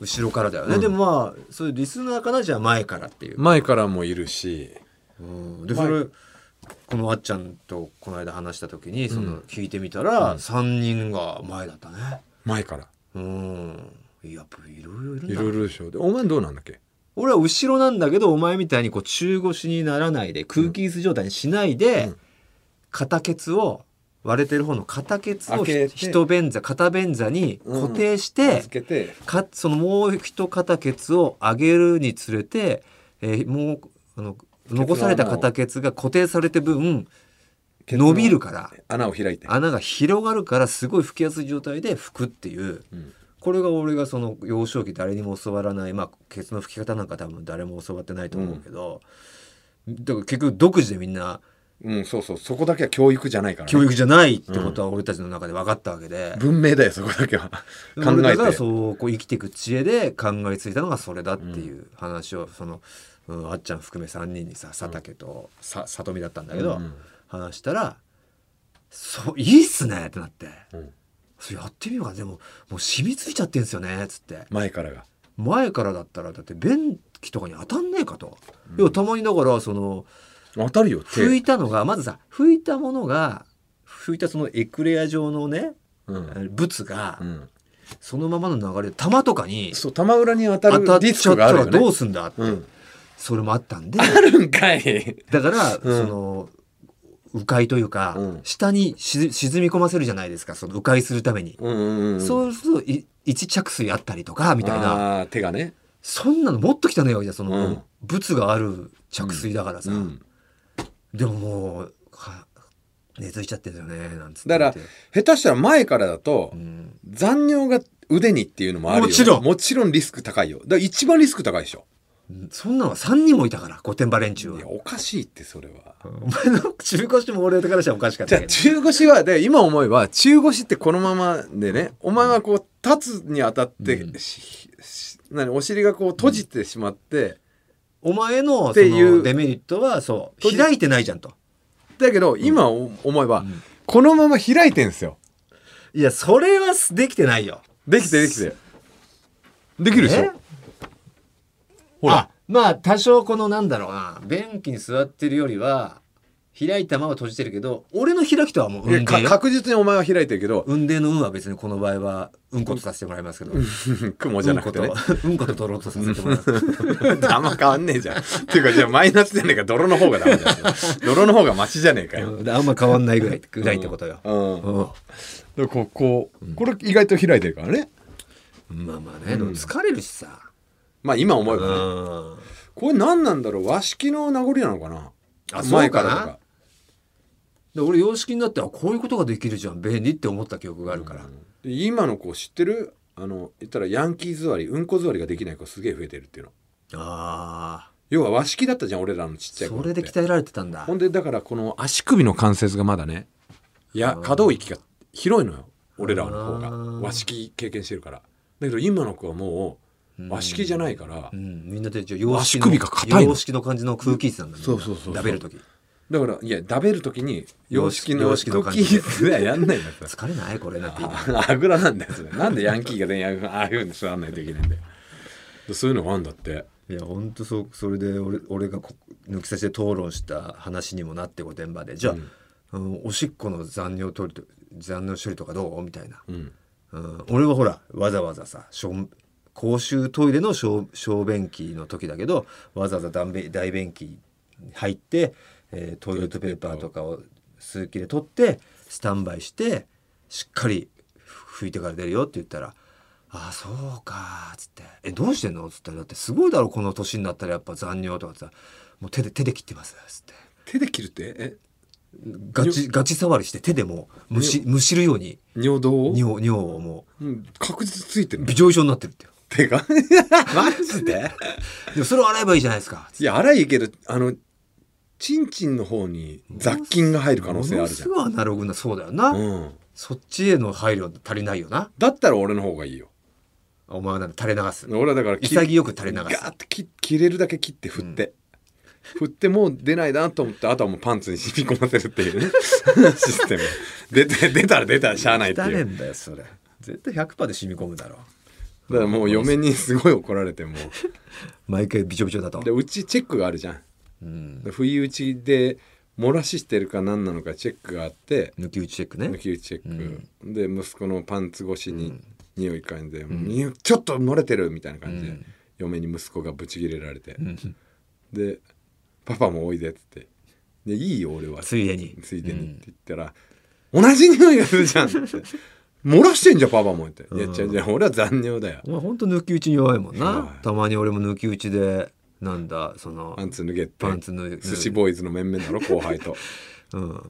S1: 後ろからだよね、でもまあそういうリスナーからじゃあ前からっていう、
S2: 前からもいるし
S1: うんでそれこのあっちゃんとこの間話した時にその聞いてみたら、3人が前だったね
S2: 前から
S1: うんやっぱいろいろいるん
S2: い
S1: だ
S2: ろいろでしょでお前どうなんだっけ
S1: 俺は後ろなんだけどお前みたいにこう中腰にならないで空気椅子状態にしないで、
S2: うん
S1: 片ケツを割れてる方の片ケツを
S2: 開けて
S1: 一便座片便座に固定して、
S2: 続けて
S1: かそのもう一片ケツを上げるにつれて、えーもうあの残された片ケツが固定されて分伸びるから
S2: 穴を開いて
S1: 穴が広がるからすごい吹きやすい状態で拭くっていう。
S2: うん
S1: これが俺がその幼少期誰にも教わらないまあケツの拭き方なんか多分誰も教わってないと思うけど、だから結局独自でみんな
S2: うんそうそうそこだけは教育じゃないからね
S1: 教育じゃないってことは俺たちの中で分かったわけで、
S2: 文明だよそこだけ
S1: *laughs*
S2: は考
S1: 俺
S2: え
S1: らが
S2: て
S1: そうこう生きていく知恵で考えついたのがそれだっていう話をその、うんあっちゃん含め3人にさ佐竹とさ里美だったんだけど、
S2: うん
S1: 話したら「そういいっすね」ってなって
S2: うん
S1: 「それやってみようかでももう染みついちゃってんすよね」っつって。
S2: 前からが
S1: 前からだったらだって便器とかに当たんねえかと、要はたまにだからその
S2: 当たるよ
S1: 拭
S2: 手
S1: いたのがまずさ拭いたものが拭いたそのエクレア状のね
S2: うん
S1: 物が
S2: うん
S1: そのままの流れで玉とかに
S2: そう玉裏に当た
S1: 当たっ
S2: る
S1: ち
S2: リ
S1: ゃ
S2: スク
S1: った
S2: がある
S1: ら
S2: よ
S1: どう
S2: ね
S1: すんだって、
S2: うん
S1: それもあったんで
S2: あるんかい
S1: だから、
S2: うん
S1: その迂回というか、
S2: うん
S1: 下にし沈み込ませるじゃないですかその迂回するために、
S2: うんうんうん
S1: *laughs* そうするとい一着水あったりとかみたいな
S2: あー手がね
S1: そんなのもっと汚いわけじゃんその、
S2: うん
S1: 物がある着水だからさ、
S2: うん
S1: でももうか根付いちゃってるよねなんつって
S2: だから下手したら前からだと
S1: うん、
S2: 残尿が腕にっていうのもあるよ
S1: もちろん
S2: もちろんリスク高いよだから一番リスク高いでしょ
S1: そんなのは3人もいたから御殿場連中はい
S2: やおかしいってそれは
S1: お前の中古しても俺からしたらおかしかっ
S2: じ
S1: た
S2: ゃあ
S1: けど
S2: 中腰はで今思えば中腰ってこのままでねお前はこう立つにあたって、
S1: うん
S2: しし何お尻がこう閉じてしまって、
S1: お前の
S2: っ
S1: そ
S2: ていう
S1: のデメリットはそう開いてないじゃんと
S2: だけど今お思えば、
S1: ん
S2: このまま開いてんすよ
S1: いやそれはすできてないよ
S2: できてできてできるでし
S1: え
S2: ょほら
S1: あまあ多少このなんだろうな便器に座ってるよりは開いたまま閉じてるけど俺の開きとはもう
S2: いや
S1: 運
S2: か
S1: 転よ
S2: 確実にお前は開いてるけど *laughs*
S1: 運転の運は別にこの場合はうんことさせてもらいますけど、
S2: 雲じゃなくてね
S1: うんこと、うんこと取ろうとさせてもらいます。
S2: *laughs* あんま変わんねえじゃんっていうかじゃあマイナスじゃねえか泥の方がダメだよ泥の方がマシじゃねえかよ、
S1: *laughs* うんあんま変わんないぐらい、ぐらいってことよ。
S2: うん
S1: うん
S2: でこうこうこれ意外と開いてるからね
S1: まあまあね、でも疲れるしさ。
S2: まあ今思え
S1: う
S2: ばね、
S1: ん。
S2: これ何なんだろう和式の名残なのかな
S1: あ
S2: 前からと
S1: そう
S2: か
S1: かで俺洋式になってあこういうことができるじゃん便利って思った記憶があるから、
S2: で今の子知ってるあの言ったらヤンキー座りうんこ座りができない子すげえ増えてるっていうの
S1: ああ
S2: 要は和式だったじゃん俺らのちっちゃい子
S1: それで鍛えられてたんだ
S2: ほんでだからこの足首の関節がまだねいや可動域が広いのよ俺らの方
S1: あ
S2: が
S1: ー
S2: 和式経験してるからだけど今の子はもう和式じゃないから、
S1: うんみんなでじゃあ洋式
S2: 足首が硬いの
S1: 洋式の感じの空気椅子なんだみんな
S2: そうそうそうそう
S1: 食べる時
S2: だからいや食べる時に洋式の
S1: 洋
S2: ク
S1: 式
S2: ッ
S1: の感
S2: キ
S1: じで
S2: ーではやんないんだから
S1: 疲れないこれなんて今
S2: *laughs* ああぐらなんだよそれなんでヤンキーが全員ああいうふうに座らないといけないんだよでそういうのがあるんだって
S1: いや本当そうそれで俺俺がこ抜き差しで討論した話にもなって御殿場でじゃあ、うんおしっこの残尿取りと残尿処理とかどうみたいな、
S2: ん
S1: うん俺はほらわざわざさしょん公衆トイレの小小便器の時だけどわざわざ大便大便器に入って、えートイレットペーパーとかを数切れ取ってスタンバイしてしっかり拭いてから出るよって言ったら「ああそうか」っつって「えどうしてんの?」っつったら「だってすごいだろこの年になったらやっぱ残尿とかさもう手で手で切ってます」っつって
S2: 手で切るってえ
S1: ガチガチ触りして手でもうむしむしるように
S2: 尿道を
S1: 尿尿をも
S2: うん確実ついてる
S1: う
S2: の
S1: びちょびちょになってるってよ
S2: 手が *laughs* マジで
S1: でもそれを洗えばいいじゃないですか
S2: いや荒いけどあのチンチンの方に雑菌が入る可能性あるじゃん、
S1: ものすごいアナログなそうだよな、
S2: うん、
S1: そっちへの配慮足りないよな
S2: だったら俺の方がいいよ
S1: お前はなんか垂れ流す
S2: 俺はだから切
S1: 潔く垂れ流す
S2: ガーッて切切れるだけ切って振って、振ってもう出ないなと思ってあとはもうパンツに染み込ませるっ
S1: *laughs*
S2: ていうねシステム出て出たら出たらしゃあないって
S3: だ
S2: い
S3: れ
S2: うん
S3: だよそれ絶対100%で染み込むだろ
S2: だからもう嫁にすごい怒られても
S3: 毎回びちょびちょだと
S2: でうちチェックがあるじゃん
S3: うん、
S2: 不意打ちで漏らししてるか何なのかチェックがあって
S3: 抜き打ちチェックね
S2: 抜き打ちチェック、で息子のパンツ越しに匂い嗅いで、匂いちょっと漏れてるみたいな感じで、
S3: うん
S2: 嫁に息子がブチギレられて、で「パパもおいで」っつって「でいいよ俺は」
S1: ついでに
S2: ついでにって言ったら「同じ匂いがするじゃん」って「漏らしてんじゃんパパも」って「いや違う違う俺は残尿だよ
S1: お前ほんと抜き打ちに弱いもん
S2: 弱
S1: ないたまに俺も抜き打ちでなんだその
S2: パンツ脱げ」って
S1: パンツ脱い
S2: 寿司ボーイズの面々
S1: *laughs*
S2: だろ後輩と
S1: うん、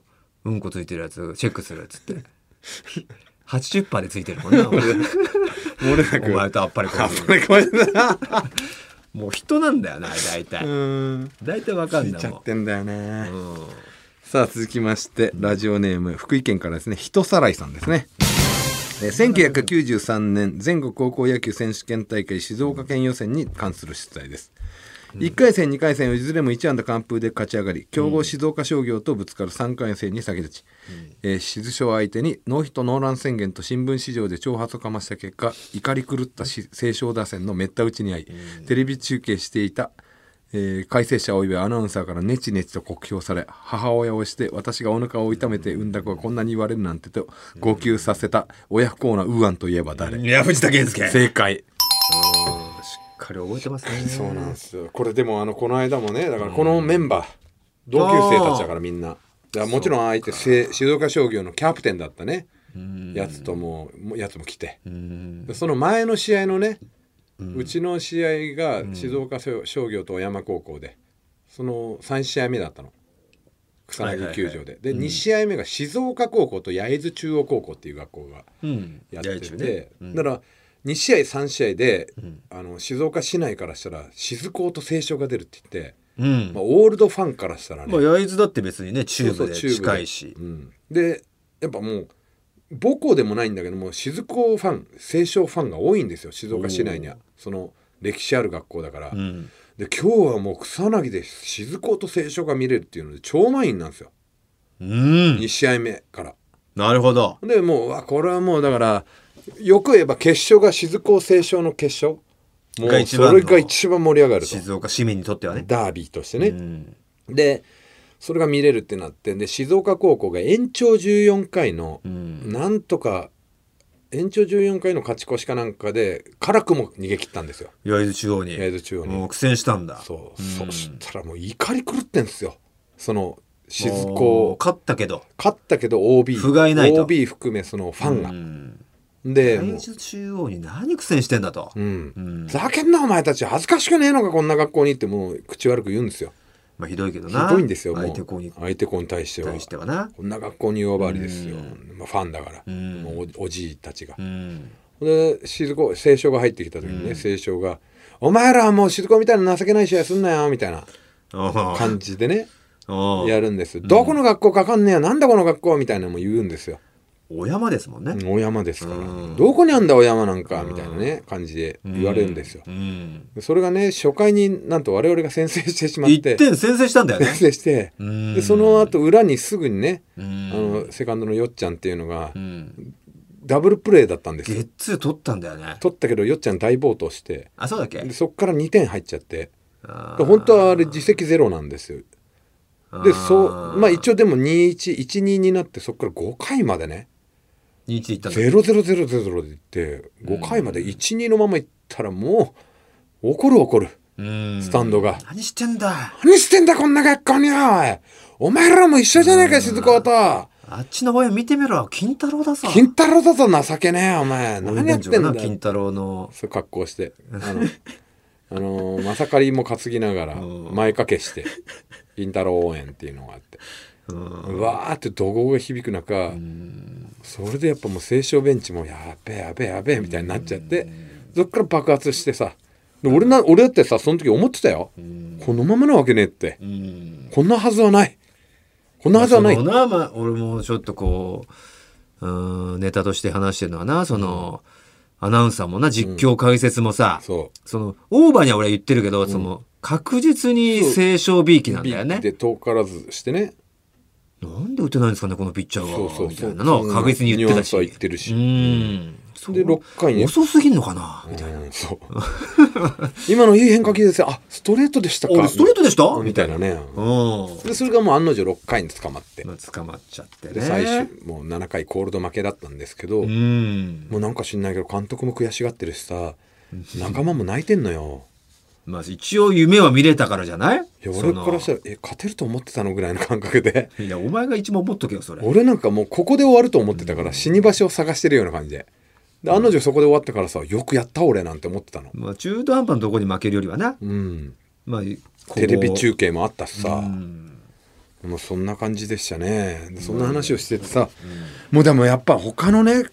S1: うんこついてるやつチェックするっつって80%でついてるもん
S2: *laughs*
S1: なお前
S2: 漏れな
S1: お前
S2: く
S1: とあっぱれこい
S2: あ
S1: つ
S2: これこれだ
S1: もう人なんだよな大 *laughs* 体
S2: うん
S1: 大体わか
S2: つ
S1: ん
S2: い
S1: ない
S2: ちゃ
S1: もん
S2: ってんだよね、
S1: うん
S2: さあ続きましてラジオネーム福井県からですね人さらいさんですねえー1993年全国高校野球選手権大会静岡県予選に関する出題です1回戦2回戦をいずれも1安打完封で勝ち上がり強豪静岡商業とぶつかる3回戦に先立ち、えー静商相手にノーヒットノーラン宣言と新聞市場で挑発をかました結果怒り狂ったし清少打線のめった打ちに遭い、テレビ中継していたえー解説者およびアナウンサーからネチネチと酷評され母親をして私がお腹を痛めて産んだ子がこんなに言われるなんてと号泣させた親不孝なウーアンといえば誰
S3: いや藤田健介
S2: 正解
S1: しっかり覚えてますね
S2: そうなんですよこれでもあのこの間もねだからこのメンバー同級生たちだからみんなだからもちろん相手せ静岡商業のキャプテンだったねやつとももやつも来てでその前の試合のねうちの試合が静岡商商業と小山高校でその3試合目だったの草薙球場で、で2試合目が静岡高校と焼津中央高校っていう学校が
S1: うん
S2: やって
S3: 八
S2: て、
S3: 重ね
S2: だから2試合3試合で、あの静岡市内からしたら静高と清少が出るって言って、
S1: うん
S2: まあ、オールドファンからしたらね、
S1: まあ焼津だって別にね中
S2: そ
S1: 部
S2: うそう
S1: で
S2: 中部で
S1: 近いし
S2: うん、でやっぱもう母校でもないんだけども静高ファン清少ファンが多いんですよ静岡市内にはその歴史ある学校だから、
S1: うん
S2: で今日はもう草薙で静高と清少が見れるっていうので超満員なんですよ、
S1: うん
S2: 2試合目から。
S1: なるほど
S2: でもううわこれはもうだからよく言えば決勝が静高清少の決勝も
S1: が
S2: う
S1: 一番
S2: そ
S1: の
S2: れが一番盛り上がると
S1: 静岡市民にとってはね
S2: ダービーとして
S1: う
S2: ね、
S1: ん
S2: でそれが見れるってなってで静岡高校が延長14回の
S1: うん
S2: なんとか延長14回の勝ち越しかなんかで辛くも逃げ切ったんですよ
S1: 焼津中央に
S2: 焼津中央に
S1: もう苦戦したんだ
S2: そう、
S1: ん
S2: そしたらもう怒り狂ってんすよその静
S1: もう
S2: 高
S1: 勝ったけど
S2: 勝ったけど OB
S1: 不甲斐ないと
S2: OB 含めそのファンが、
S1: うん
S2: でもう
S1: 焼津中央に何苦戦してんだと
S2: うん
S1: うん
S2: ふざけんなお前たち恥ずかしくねえのかこんな学校にってもう口悪く言うんですよ
S1: まあひどいけど
S2: ひ
S1: な
S2: どいんですよもう
S1: 相手校に
S2: 相手校に対しては
S1: 対してはな
S2: こんな学校に呼ばわりですよ、
S1: う
S2: まあ、ファンだから、
S1: うん
S2: もうおおじいたちが
S1: う、ん
S2: で静子清少が入ってきた時にね、清少が「お前らはもう静子みたいな情けない試合すんなよ」みたいな
S1: ああ
S2: 感じでね
S1: ああ
S2: やるんです、どこの学校かかんねえよなんだこの学校みたいなのも言うんですよ
S1: お山ですもんね
S2: うんお山ですから、
S1: うん
S2: どこにあんだお山なんかみたいなね感じで言われるんですよ、
S1: うん
S2: それがね初回になんと我々が先制してしまっ
S1: 一
S2: て
S1: 点先制したんだよね
S2: 先制 *laughs* して
S1: うん
S2: でその後裏にすぐにね、
S1: うん
S2: あのセカンドのよっちゃんっていうのが
S1: うん
S2: ダブルプレーだったんです
S1: ゲ
S2: よ
S1: ッツー取ったんだよね
S2: 取ったけどよっちゃん大暴投して
S1: あそうだっけ
S2: でそっから2点入っちゃって
S1: ああ
S2: 本当はあれ自責ゼロなんですよでそうまあ一応でも2112になってそっから5回までね
S1: 2 1いったんだ
S2: 0 0 0 0でいって5回まで12のままいったらもう怒る怒る
S1: うん
S2: スタンドが。
S1: 何してんだ
S2: 何してんだこんな学校においお前らも一緒じゃねえか静子と
S1: あっちの親見てみろ金太郎ださ
S2: 金太郎だぞ情けねえお前何やってん
S1: 俺たち
S2: だ
S1: もな金太郎の
S2: そう格好してあのあのまさかりも担ぎながら
S1: うん
S2: 前掛けして金太郎応援っていうのがあって
S1: うん
S2: うわーって怒号が響く中それでやっぱもう清少ベンチもやべえやべえやべえみたいになっちゃってそっから爆発してさで俺な俺だってさその時思ってたよこのままなわけねえって
S1: うん
S2: こんなはずはないこんなはずはない
S1: そのな、まあ、俺もちょっとこううーんネタとして話してるのはなその、アナウンサーもな実況解説もさ、
S2: そ
S1: そのオーバーには俺は言ってるけど、その確実に清少 B 期なんだよね
S2: で遠からずしてね
S1: なんで打てないんですかねこのピッチャー
S2: そうそ
S1: は
S2: う
S1: み
S2: そ
S1: た
S2: う
S1: いなのは確実に言ってたし
S2: ニュアンスは言ってるし
S1: うんそう
S2: で六回に
S1: 遅すぎんのかなみたいな
S2: うんそう *laughs* 今のいい変化球ですよあストレートでした
S1: あ
S2: か
S1: ストレートでした
S2: みたいなね
S1: うん
S2: でそれがもう案の定6回に捕まって
S1: まあ捕まっちゃって
S2: で
S1: ね
S2: 最終もう7回コールド負けだったんですけど、
S1: うん
S2: もうなんか知んないけど監督も悔しがってるしさ仲間も泣いてんのよ
S1: まあ一応夢は見れたからじゃない
S2: いや
S1: そ
S2: 俺
S1: の
S2: からしたらえ勝てると思ってたのぐらいの感覚で *laughs*
S1: いやお前が一番思っとけよそれ
S2: 俺なんかもうここで終わると思ってたから死に場所を探してるような感じでで案の定そこで終わったからさよくやった俺なんて思ってたの
S1: まあ中途半端のところに負けるよりはな
S2: うん
S1: まあこう
S2: テレビ中継もあったしさ、
S1: うん
S2: もうそんな感じでしたねでそんな話をしててさ、もうでもやっぱ他のね
S1: うん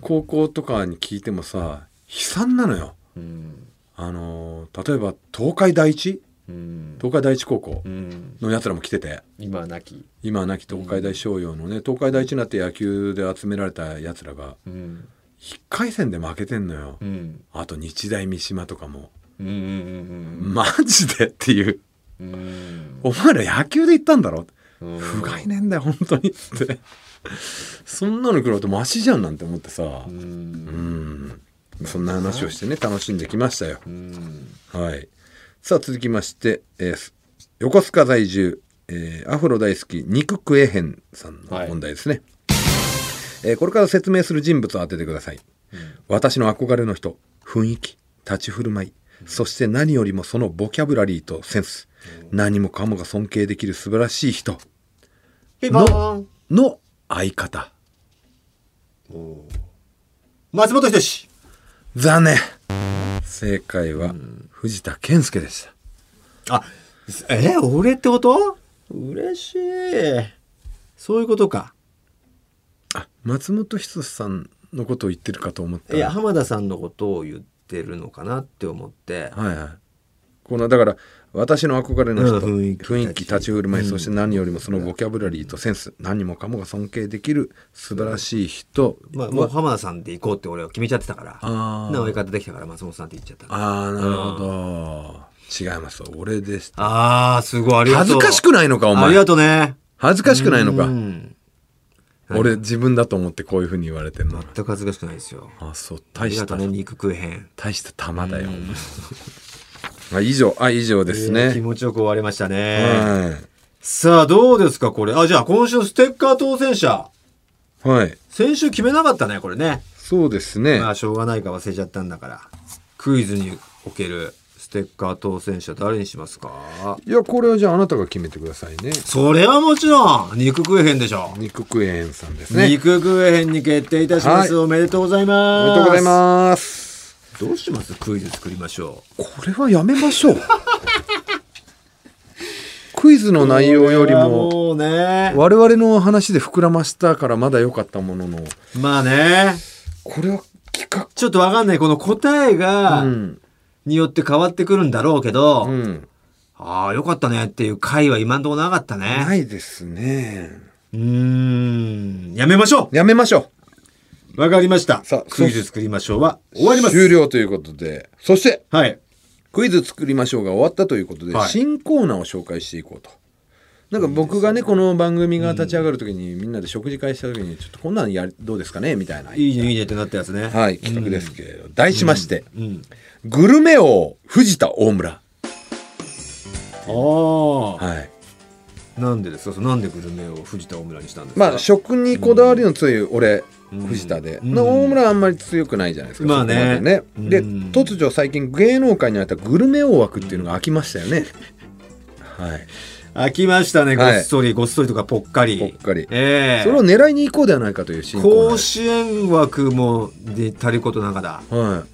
S2: 高校とかに聞いてもさ悲惨なのよ
S1: うん
S2: あのー例えば東海第一
S1: うん
S2: 東海第一高校
S1: うん
S2: のやつらも来てて
S1: 今は亡き
S2: 今は亡き東海大商用のね東海第一になって野球で集められたやつらが
S1: うん
S2: 1回戦で負けてんのよ
S1: うん
S2: あと日大三島とかも
S1: うんうん
S2: マジでっていう
S1: うんうん
S2: お前ら野球で行ったんだろ
S1: うん
S2: 不甲斐ねえんだよ本当につってそんなの食らうとマシじゃんなんて思ってさ
S1: う
S2: うんんそんな話をしてね楽しんできましたよ
S1: うん
S2: はい。さあ続きまして、えーす横須賀在住、えーアフロ大好き肉食えへんさんの問題ですね、えーこれから説明する人物を当ててください、私の憧れの人雰囲気立ち振る舞いそして何よりもそのボキャブラリーとセンス、何もかもが尊敬できる素晴らしい人
S1: ピンポー
S2: の
S1: ン
S2: の相方
S1: 松本人志
S2: 残念正解は藤田健介でした
S1: あえ俺ってこと嬉しいそういうことか
S2: あ松本人志さんのことを言ってるかと思った
S1: いや浜田さんのことを言ってるのかなって思って
S2: はいはい。このだから私の憧れの人、
S1: うん
S2: 雰
S1: 雰
S2: 囲
S1: 囲
S2: 気
S1: 気
S2: 立ち振る舞い、そして何よりもそのボキャブラリーとセンス、何もかもが尊敬できる素晴らしい人
S1: まあ、もう浜田さんで行こうって俺は決めちゃってたから
S2: あー
S1: なお相方できたから松本さんって言っちゃったあ
S2: ああなるほど、違います俺でした
S1: あーすごいありがとう
S2: 恥ずかしくないのかお
S1: あり
S2: 前
S1: がとうね
S2: 恥ずかしくないのか
S1: うん
S2: 俺自分だと思ってこういうふうに言われてるの
S1: 全く恥ずかしくないですよ
S2: あそう
S1: あ
S2: 大
S1: り
S2: し
S1: がと
S2: た
S1: うね肉食えへん
S2: 大した玉だよ、 *laughs* あ以上あ以上です
S1: えー気
S2: ね、
S1: 持ちよく終わりましたね、
S2: は
S1: さあどうですかこれあじゃあ今週ステッカー当選者
S2: いはい
S1: 先週決めなかったねこれね
S2: そうですね、
S1: まあしょうがないか忘れちゃったんだからクイズにおけるステッカー当選者誰にしますか
S2: いやこれはじゃああなたが決めてくださいね
S1: それはもちろん肉食えへんでしょ、
S2: 肉食えんさんですね。おめで
S1: 肉食えへんに決定いたします、
S2: は
S1: おめでとうございます
S2: とうございま
S1: す
S2: す。
S1: どうしますクイズ作りましょう
S2: これはやめましょう。
S1: *laughs*
S2: クイズの内容よ
S1: こ
S2: りも
S1: れはもうね
S2: 我々の話で膨らましたからまだ良かったものの、
S1: まあね
S2: これは企画。
S1: ちょっとわかんないこの答えが、
S2: うん。
S1: によって変わってくるんだろうけど、
S2: うん。
S1: ああよかったねっていう回は今んとこなかったね
S2: ないですね。
S1: うーんやめましょ
S2: やめましょ
S1: うわかりました
S2: さあ
S1: クイズ作りましょうは
S2: う。
S1: 終わります
S2: 終了ということで、そして
S1: はい
S2: クイズ作りましょうが終わったということで、
S1: はい
S2: 新コーナーを紹介していこうと。なんか僕がねこの番組が立ち上がる時に、みんなで食事会した時にちょっとこんなんやりどうですかねみたいない
S1: いねいいねってなったやつね
S2: はい、企画ですけれど、題しまして、
S1: うん
S2: グルメ王藤田大村。
S1: ああ
S2: はい。
S1: なんでですかそのなんでグルメを藤田大村にしたんですか
S2: まあ食にこだわりの強い俺、
S1: うん
S2: 藤田で、
S1: うん
S2: な大村はあんまり強くないじゃないですか。
S1: まあね
S2: そこまでね。で、
S1: うん
S2: 突如最近芸能界にあったグルメ王枠っていうのが空きましたよ
S1: *laughs*
S2: ね。はい。
S1: 飽きましたねご
S2: はい
S1: っそり、ごっそりとかぽっかり
S2: ぽっかり
S1: ええ
S2: それを狙いに行こうではないかという新コーナー
S1: 甲
S2: です。
S1: 子園枠もで足りことながら
S2: は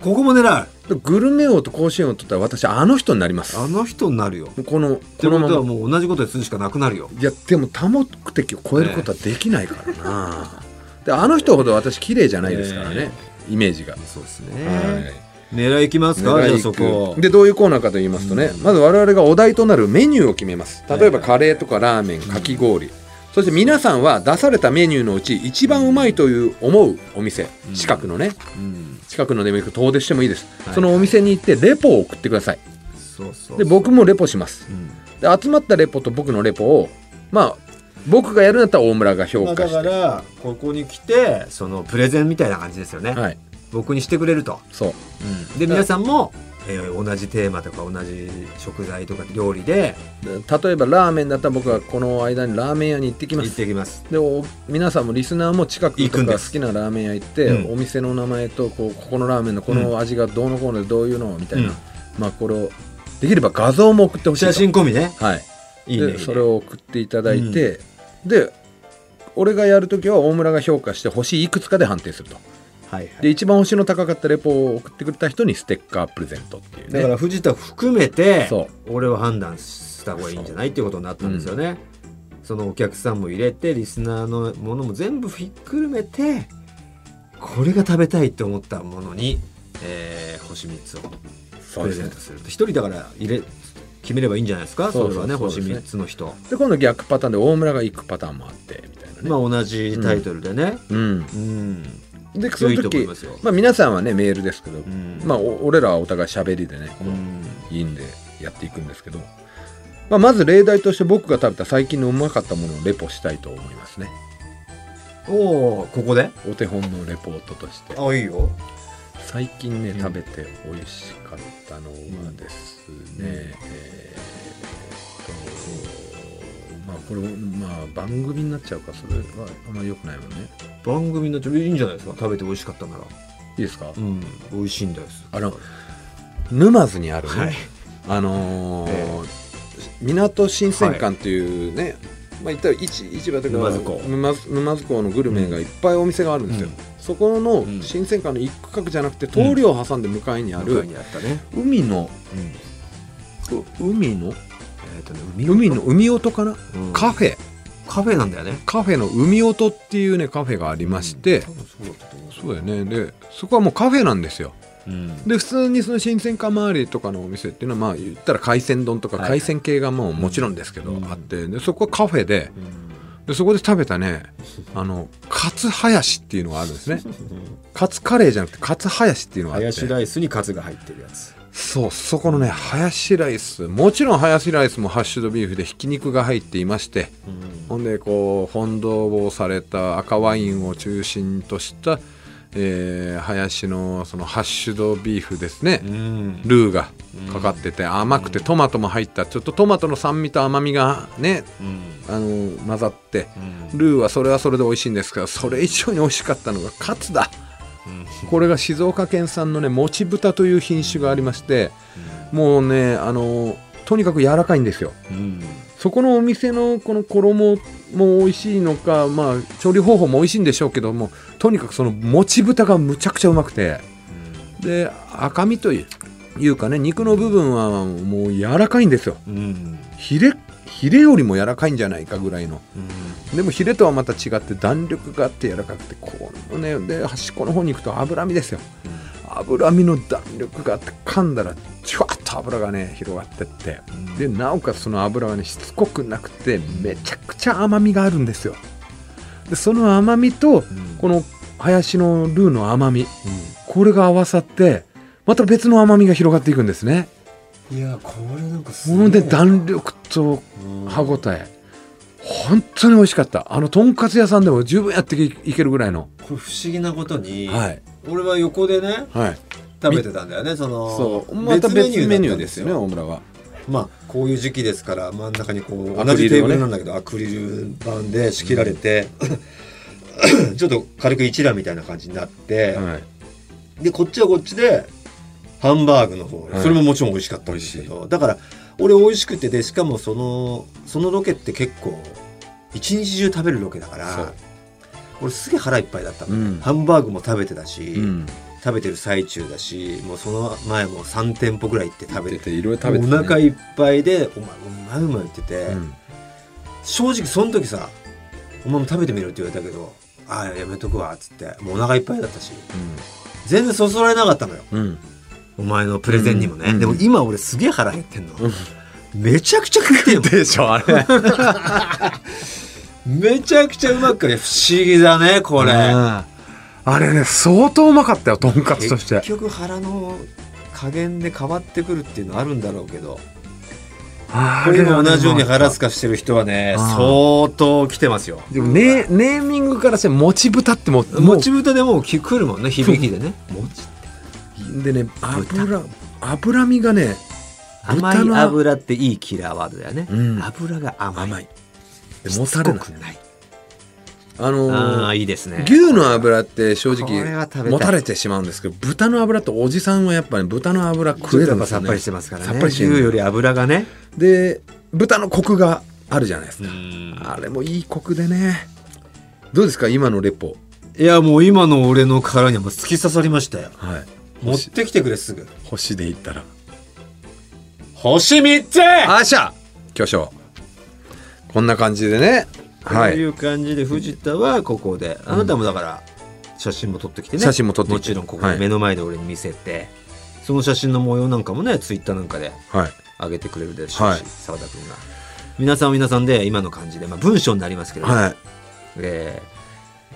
S1: ここも狙うあ
S2: い。でグルメ王と甲子園を取ったら私あの人になります。
S1: の人になるよっ
S2: この
S1: て
S2: こ
S1: こと
S2: のま
S1: は
S2: ま。
S1: もう同じことするしかなくなるよ
S2: いやでも多目的を超えることはできないから
S1: *laughs*
S2: な。であの人ほど私綺麗じゃないですからね。イメージが。
S1: そうですね、
S2: はい
S1: 狙い行きますかじゃあそこ
S2: でどういうコーナーかと言いますとね、まず我々がお題となるメニューを決めます例えばカレーとかラーメンかき氷、そして皆さんは出されたメニューのうち一番うまいという思うお店近くのね
S1: うん
S2: 近くのでもいいけど遠出してもいいです、
S1: はい
S2: そのお店に行ってレポを送ってください
S4: そうそう
S2: で僕もレポします
S4: うん
S2: で集まったレポと僕のレポをまあ僕がやるんだったら大村が評
S1: まあ、
S2: 価
S1: だ
S2: し
S1: か
S2: て、
S1: らここに来てそのプレゼンみたいな感じですよね、
S2: はい
S1: 僕にしてくれると
S2: そう
S1: で
S2: だ
S1: 皆さんも、えー同じテーマとか同じ食材とか料理で
S2: で例えばラーメンだったら僕はこの間にラーメン屋に行ってきま
S1: 行
S2: す
S1: ってきます
S2: でお皆さんもリスナーも近く
S1: 行く
S2: と
S1: ん
S2: か
S1: で
S2: 好
S1: す
S2: きなラーメン屋行って
S1: うん
S2: お店の名前とこうここのラーメンのこの味がどうのこうのでどういうのみたいな、
S1: うん
S2: まあこれをできれば画像も送ってほしいと
S1: 写真込みね
S2: はい
S1: いいねいい
S2: で
S1: ね
S2: それを送っていただいて、で俺がやるときは大村が評価して星いくつかで判定すると
S1: はいはい
S2: で一番星の高かったレポを送ってくれた人にステッカープレゼントっていう
S1: だか
S2: ね
S1: ら藤田含めて
S2: そ
S1: 俺を判断した方がいいんじゃないっていうことになったんですよね。そのお客さんも入れてリスナーのものも全部ひっくるめてこれが食べたいって思ったものに、えー星3つを
S2: そ
S1: プレ
S2: うです
S1: ゼン
S2: ね
S1: トすると一人だから入れ決めればいいんじゃないですか
S2: そ
S1: そう
S2: そう
S1: れはね
S2: そうです
S1: 星
S2: ね
S1: 3つの人、
S2: で今度逆パターンで大村が行くパターンもあってみたいなね、
S1: まあ同じタイトルでね、
S2: うん、
S1: うん
S2: でそ
S1: 強いと
S2: の
S1: 思
S2: 時
S1: いますよ。
S2: まあ、皆さんはねメールですけど、
S1: うん
S2: まあ、お俺らはお互い喋りでね、こ
S1: う
S2: うんいいんでやっていくんですけど、まあ、まず例題として僕が食べた最近のうまかったものをレポしたいと思いますね
S1: おおここで
S2: お手本のレポートとして
S1: あいいよ。
S2: 最近ね
S1: うん
S2: 食べて美味しかったのはですね、
S1: うん
S2: えーっとまあこれまあ番組になっちゃうかそれはあんまり良くないもんね
S1: 番組のいいんじゃないですか食べて美味しかったなら。
S2: いいですか、
S1: うん美味しいんです。
S2: あの沼津にあるね、
S1: はい。
S2: あのー
S1: え
S2: 港新鮮館というね、まあ、言ったら市市場というか
S1: 沼津港
S2: 沼津沼津港のグルメがいっぱいお店があるんですよ、そこの
S1: ん
S2: 新鮮館の一区画じゃなくて通りを挟んで向かいにある、
S1: にあったね。
S2: 海の
S1: うん。
S2: う海の
S1: えっ、とね
S2: 海の海音かな、
S1: うん
S2: カフェ
S1: カフェなんだよね。
S2: カフェの海音っていうねカフェがありまして、
S1: 多分そうだったと思
S2: そうだよねでそこはもうカフェなんですよ
S1: う。うん。
S2: で普通にその新鮮館周りとかのお店っていうのはまあ言ったら海鮮丼とか
S1: はい
S2: 海鮮系がもうもちろんですけど、
S1: うん
S2: あってでそこはカフェででそこで食べたねあのカツハヤシっていうのがあるんで
S1: *laughs*
S2: すねカツカレーじゃなくてカツハヤシっていうのがあって
S1: 林ライスにカツが入ってるやつ。
S2: そうそこのねハヤシライスもちろんハヤシライスもハッシュドビーフでひき肉が入っていまして
S1: うん。
S2: ほんでこう本堂をされた赤ワインを中心とした、えー、ハヤシのそのハッシュドビーフですね、
S1: うん。
S2: ルーがかかってて甘くてトマトも入ったちょっとトマトの酸味と甘みがねあの混ざってルーはそれはそれで美味しいんですけどそれ以上に美味しかったのがカツだこれが静岡県産のねもち豚という品種がありましてもうねあのとにかく柔らかいんですよ
S1: うん。
S2: そこのお店のこの衣も美味しいのかまあ調理方法も美味しいんでしょうけどもとにかくそのもち豚がむちゃくちゃうまくてで赤身といういうかね肉の部分はもう柔らかいんですよ
S1: うん。
S2: ヒレヒレよりも柔らかいんじゃないかぐらいのでもヒレとはまた違って弾力があって柔らかくてこのねで端っこの方に行くと脂身ですよ脂身の弾力があって噛んだらジュワッと脂がね広がってってでなおかつその脂がねしつこくなくてめちゃくちゃ甘みがあるんですよでその甘みとこの林のルーの甘みこれが合わさってまた別の甘みが広がっていくんですね
S1: いやこれなんかす
S2: ほんで弾力と歯
S1: 歯
S2: ごたえ本当に美味しかったあのとんかつ屋さんでも十分やっていいけるぐらいの
S1: これ不思議なことに、
S2: はい
S1: 俺は横でね
S2: はい
S1: 食べてたんだよねその
S2: そうまた別メニューですよね
S1: ね
S2: 大村は
S1: まあこういう時期ですから真ん中にこう
S2: ア
S1: 同
S2: クリ
S1: じ
S2: ル
S1: テ
S2: を
S1: ーブ
S2: ね
S1: ルなんだけどアクリル板で仕切られて、 *coughs* ちょっと軽く一覧みたいな感じになって、
S2: はい
S1: でこっちはこっちでハンバーグの方、
S2: はい
S1: それももちろん美味しかったんですけどだから俺美味しくてでしかもそのそのロケって結構一日中食べるロケだか
S2: そう
S1: ら俺すげえ腹いっぱいだったの、
S2: うん
S1: ハンバーグも食べてたし、
S2: うん
S1: 食べてる最中だしもうその前も3店舗ぐらい行って食べて
S2: 出ていろいろ食べてたね
S1: お腹いっぱいで「お前うまいうまい」って言って、
S2: うん
S1: 正直その時さ「お前も食べてみろ」って言われたけど「ああやめとくわ」っつってもうお腹いっぱいだったし全然そそられなかったのよ
S2: うんうん
S1: お前のプレゼンにもね、
S2: うん
S1: でも今俺すげえ腹減ってんの、
S2: うん
S1: めちゃくちゃ食ってんの
S2: でしょあれ
S1: *laughs* めちゃくちゃうまくね不思議だねこれ
S2: うんあれね相当うまかったよとんかつとして
S1: 結局腹の加減で変わってくるっていうのはあるんだろうけど
S3: これも同じように腹すかしてる人はね相当来てますよ
S2: でもネネーミングからしてもち豚っても
S1: もち豚でもう来るもんね響きでねもち
S2: でね脂脂身がね
S1: 甘い油っていいキラーワードだよね、うん、油が甘い甘い
S2: でもたれな
S1: ない
S2: あの
S1: ー、あいいですね
S2: 牛の油って正直もたれてしまうんですけど豚の油とおじさんはやっぱり、ね、豚の油食えるんです
S1: よ、ね、さっぱりしてますからね
S2: さっぱりして
S1: 牛より油がね
S2: で豚のコクがあるじゃないですかあれもいいコクでねどうですか今のレポ
S3: いやもう今の俺の殻にはもう突き刺さりましたよ、はい、持ってきてくれすぐ
S2: 星でいったら
S3: 星3つ
S2: あっしゃ巨匠こんな感じでね
S1: という感じで藤田はここで、あなたもだから写真も撮ってきてね
S2: 写真も撮って
S1: もちろんここ目の前で俺に見せて、はい、その写真の模様なんかもねツイッターなんかで上げてくれるでしょうし、はい、澤田君が皆さんは皆さんで今の感じで、まあ、文章になりますけど、ね、はい、え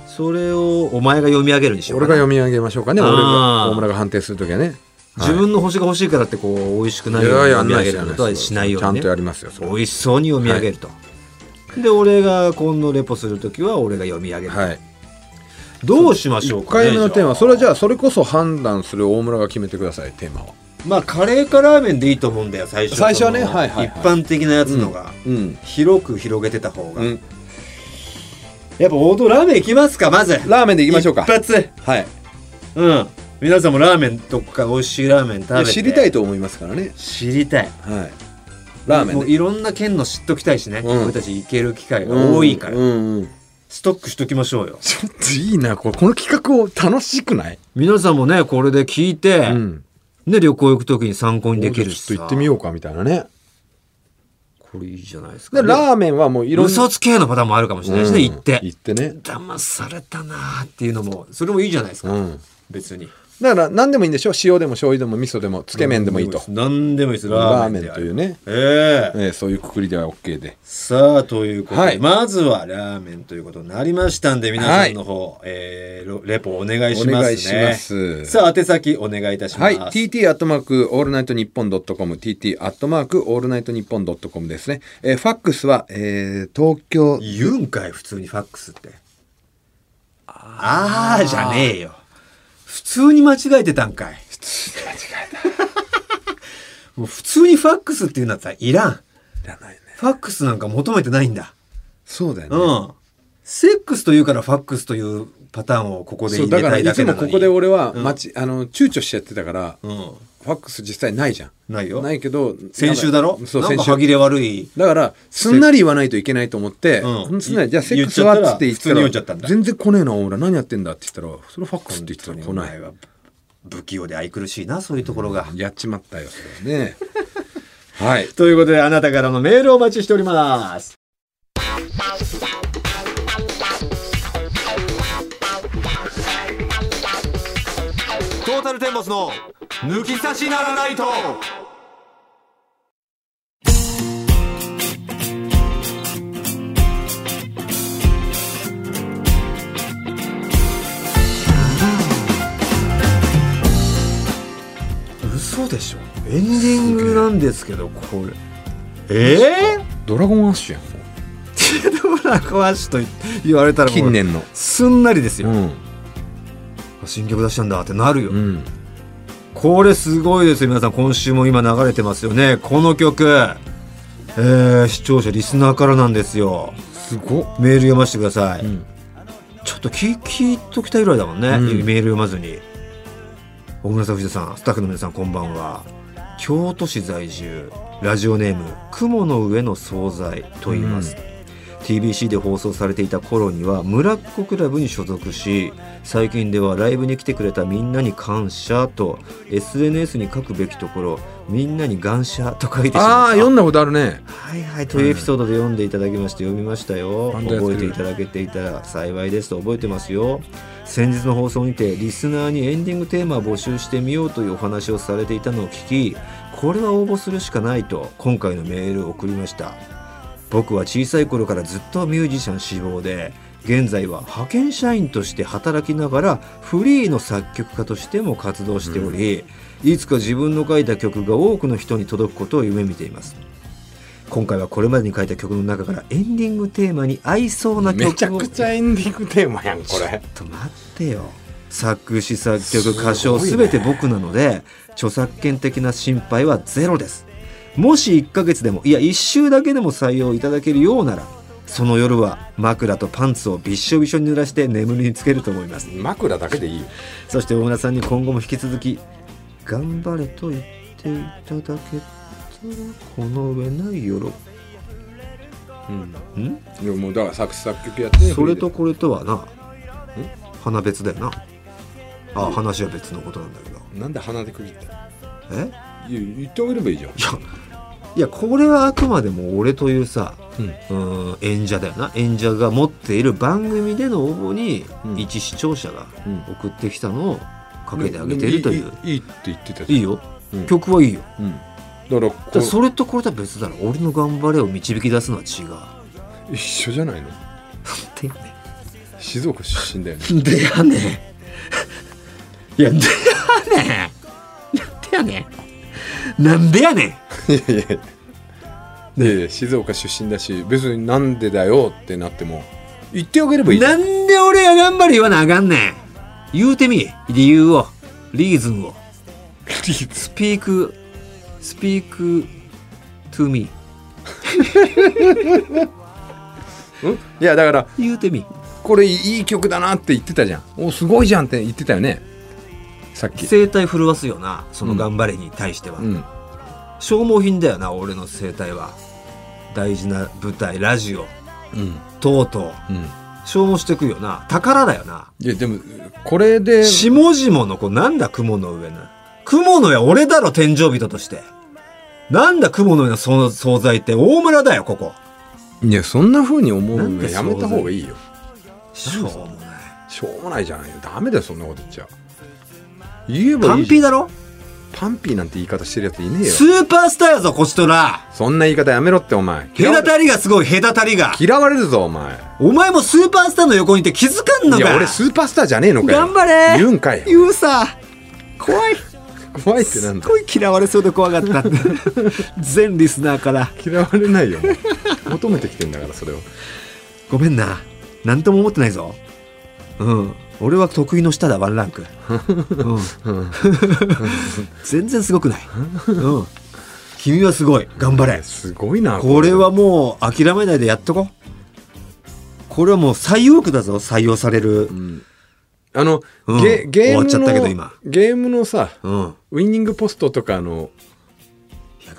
S1: ー、それをお前が読み上げるにしよう
S2: 俺が読み上げましょうかね俺が大村が判定する時はね
S1: 自分の星が欲しいからってこう美味しくないように読み上げることはしないように、ね、
S2: ちゃんとやりますよ
S1: 美味しそうに読み上げると、はいで俺が今度レポする時は俺が読み上げる、はい、どうしましょうか、
S2: ね、1回目のテーマそれじゃあそれこそ判断する大村が決めてくださいテーマは
S3: まあカレーかラーメンでいいと思うんだよ最初
S2: 最初はね、はいはい、
S3: 一般的なやつのが、うんうん、広く広げてた方が、うん、やっぱ王道ラーメンいきますかまず
S2: ラーメンでいきましょうか
S3: 一発
S2: はい
S3: うん皆さんもラーメンとか美味しいラーメン食べて
S2: 知りたいと思いますからね
S3: 知りたい、
S2: はい、ラーメン、ね、
S3: いろんな県の知っときたいしね、うん、俺たち行ける機会が多いから、うんうんうん、ストックしときましょうよ
S2: ちょっといいなこれこの企画を楽しくない
S1: 皆さんもねこれで聞いて、うん、ね、旅行行く時に参考にできるし
S2: ちょっと行ってみようかみたいなね
S1: これいいじゃないですか、ね、
S2: でラーメンはもういろんな
S1: 嘘つけのパターンもあるかもしれないしね、うん、行って
S2: 行ってね
S1: 騙されたなーっていうのもそれもいいじゃないですか、うん、別に。
S2: だから何でもいいんでしょ塩でも醤油でも味噌でもつけ麺でもいいと
S3: 何でもいいです
S2: ラーメンというね、
S3: えー、
S2: えー、そういうくくりでは OK で、
S3: さあということで、はい、まずはラーメンということになりましたんで皆さんの方、はい、えー、レポお願いします、ね、お願いしますさあ宛先お願いいたします、はい
S2: TT アットマークオールナイトニッポンドットコム TT アットマークオールナイトニッポンドットコムですね、えー、ファックスは、えー、東京
S3: 言うんかい普通にファックスってああじゃねえよ普通に間違えてたんかい
S2: 普通に間違え
S3: *laughs*
S2: た
S3: もう普通にファックスっていうんだったらいらん
S2: いらないね
S3: ファックスなんか求めてないんだ
S2: そうだよね
S3: うんセックスというからファックスというパターンをここで入れたいだけ
S2: なのにだからいつもここで俺は、うん、あの躊躇しちゃってたから、うん、ファックス実際ないじゃん
S3: ないよ
S2: ないけど
S3: 先週だろ
S2: そう
S3: 先週歯切れ悪い
S2: だからすんなり言わないといけないと思って、うん、すんなりじゃあセックスはっつって言
S3: ったら
S2: 全然来ねえな大村何やってんだって言ったらそれファックスって言ったら来ない
S3: 不器用で愛くるしいなそういうところが、
S2: うん、やっちまったよそれね
S3: はいということであなたからのメールをお待ちしております
S1: トータルテンボスの抜き差しならないと
S3: 嘘でしょ
S1: エンディングなんですけどこ
S3: れえー、
S2: ドラゴンアッシュやん
S1: ドラゴンアッシュと言われたら
S2: 近年の
S1: すんなりですよ、うん新曲出したんだってなるよ、うん、これすごいですよ皆さん今週も今流れてますよねこの曲、えー、視聴者リスナーからなんですよ
S2: すご
S1: メール読ませてください、うん、ちょっと聞聞いときたいぐらいだもんね、うん、メール読まずに小村さん藤田さんスタッフの皆さんこんばんは京都市在住ラジオネーム雲の上の惣菜と言います、TBC で放送されていた頃には村っ子クラブに所属し最近ではライブに来てくれたみんなに感謝と SNS に書くべきところみんなに感謝と書いてしま
S2: ったああ読んだことあるね
S1: はいはいというエピソードで読んでいただきまして読みましたよ、うん、覚えていただけていたら幸いですと覚えてますよ先日の放送にてリスナーにエンディングテーマを募集してみようというお話をされていたのを聞きこれは応募するしかないと今回のメールを送りました僕は小さい頃からずっとミュージシャン志望で現在は派遣社員として働きながらフリーの作曲家としても活動しており、いつか自分の書いた曲が多くの人に届くことを夢見ています今回はこれまでに書いた曲の中からエンディングテーマに合いそうな曲を
S2: めちゃくちゃエンディングテーマやんこれ
S1: ちょっと待ってよ作詞作曲歌唱全て僕なので、ね、著作権的な心配はゼロですもし1ヶ月でもいや1週だけでも採用いただけるようならその夜は枕とパンツをびっしょびしょに濡らして眠りにつけると思います
S2: 枕だけでいいよ
S1: そして大村さんに今後も引き続き「頑張れ」と言っていただけたらこの上ない喜
S2: うん、いやもうだから作詞作曲やって
S1: それとこれとはな花別だよなあ話は別のことなんだけど
S2: なんで鼻で区切った
S1: え
S2: いや言ってあげればいいじゃんい
S1: やいやこれはあくまでも俺というさ、うん、うん演者だよな演者が持っている番組での応募に一視聴者が送ってきたのをかけてあげてるという、
S2: いいって言ってた
S1: いいよ、うん、曲はいいよ、
S2: うん、
S1: だからそれとこれとは別だろ俺の頑張れを導き出すのは違
S2: う一緒じゃないの
S1: でよね
S2: 静岡出身だよね
S1: でやねいやでやねでやねなんでやね
S2: ん *laughs* いやいやいや静岡出身だし別になんでだよってなっても言っておければいい
S1: なんで俺が頑張り言わなあかんねん言うてみ理由をリーズンを
S2: リーズン
S1: スピークスピークトゥミ
S2: ー *laughs* いやだから
S1: 言うてみ
S2: これいい曲だなって言ってたじゃんおすごいじゃんって言ってたよねさっき
S1: 声帯震わすよなその頑張れに対しては、うん、消耗品だよな俺の声帯は大事な舞台ラジオ、
S2: うん、
S1: とうとう、うん、消耗してくよな宝だよない
S2: やでもこれで
S1: 下々の子なんだ雲の上の雲の上俺だろ天井人としてなんだ雲の上のその惣菜って大村だよここ
S2: いやそんなふうに思うのやめた方がいいよ
S1: しょうもない
S2: しょうもないじゃないよダメだよそんなこと言っちゃ言えば
S1: パンピーだろ
S2: パンピーなんて言い方してるやついねえよ
S1: スーパースターやぞこちとら
S2: そんな言い方やめろってお前
S1: 隔たりがすごい隔たりが
S2: 嫌われるぞお前
S1: お前もスーパースターの横にいて気づかんのかい
S2: や俺スーパースターじゃねえのかよ
S1: 頑張れ
S2: 言うんかい
S1: 言うさ怖い
S2: 怖いってなんだ
S1: すごい嫌われそうで怖かった
S2: *laughs*
S1: 全リスナーから
S2: 嫌われないよ求めてきてんだからそれを
S1: ごめんな何とも思ってないぞうん俺は得意の下だワンランク、うん、 *laughs* 全然すごくない、うん、君はすごい頑張れ
S2: すごいな
S1: これはもう諦めないでやっとここれはもう最有区だぞ採用される、うん
S2: あの、うん、ゲゲームのゲームのさ、うん、ウイニングポストとかの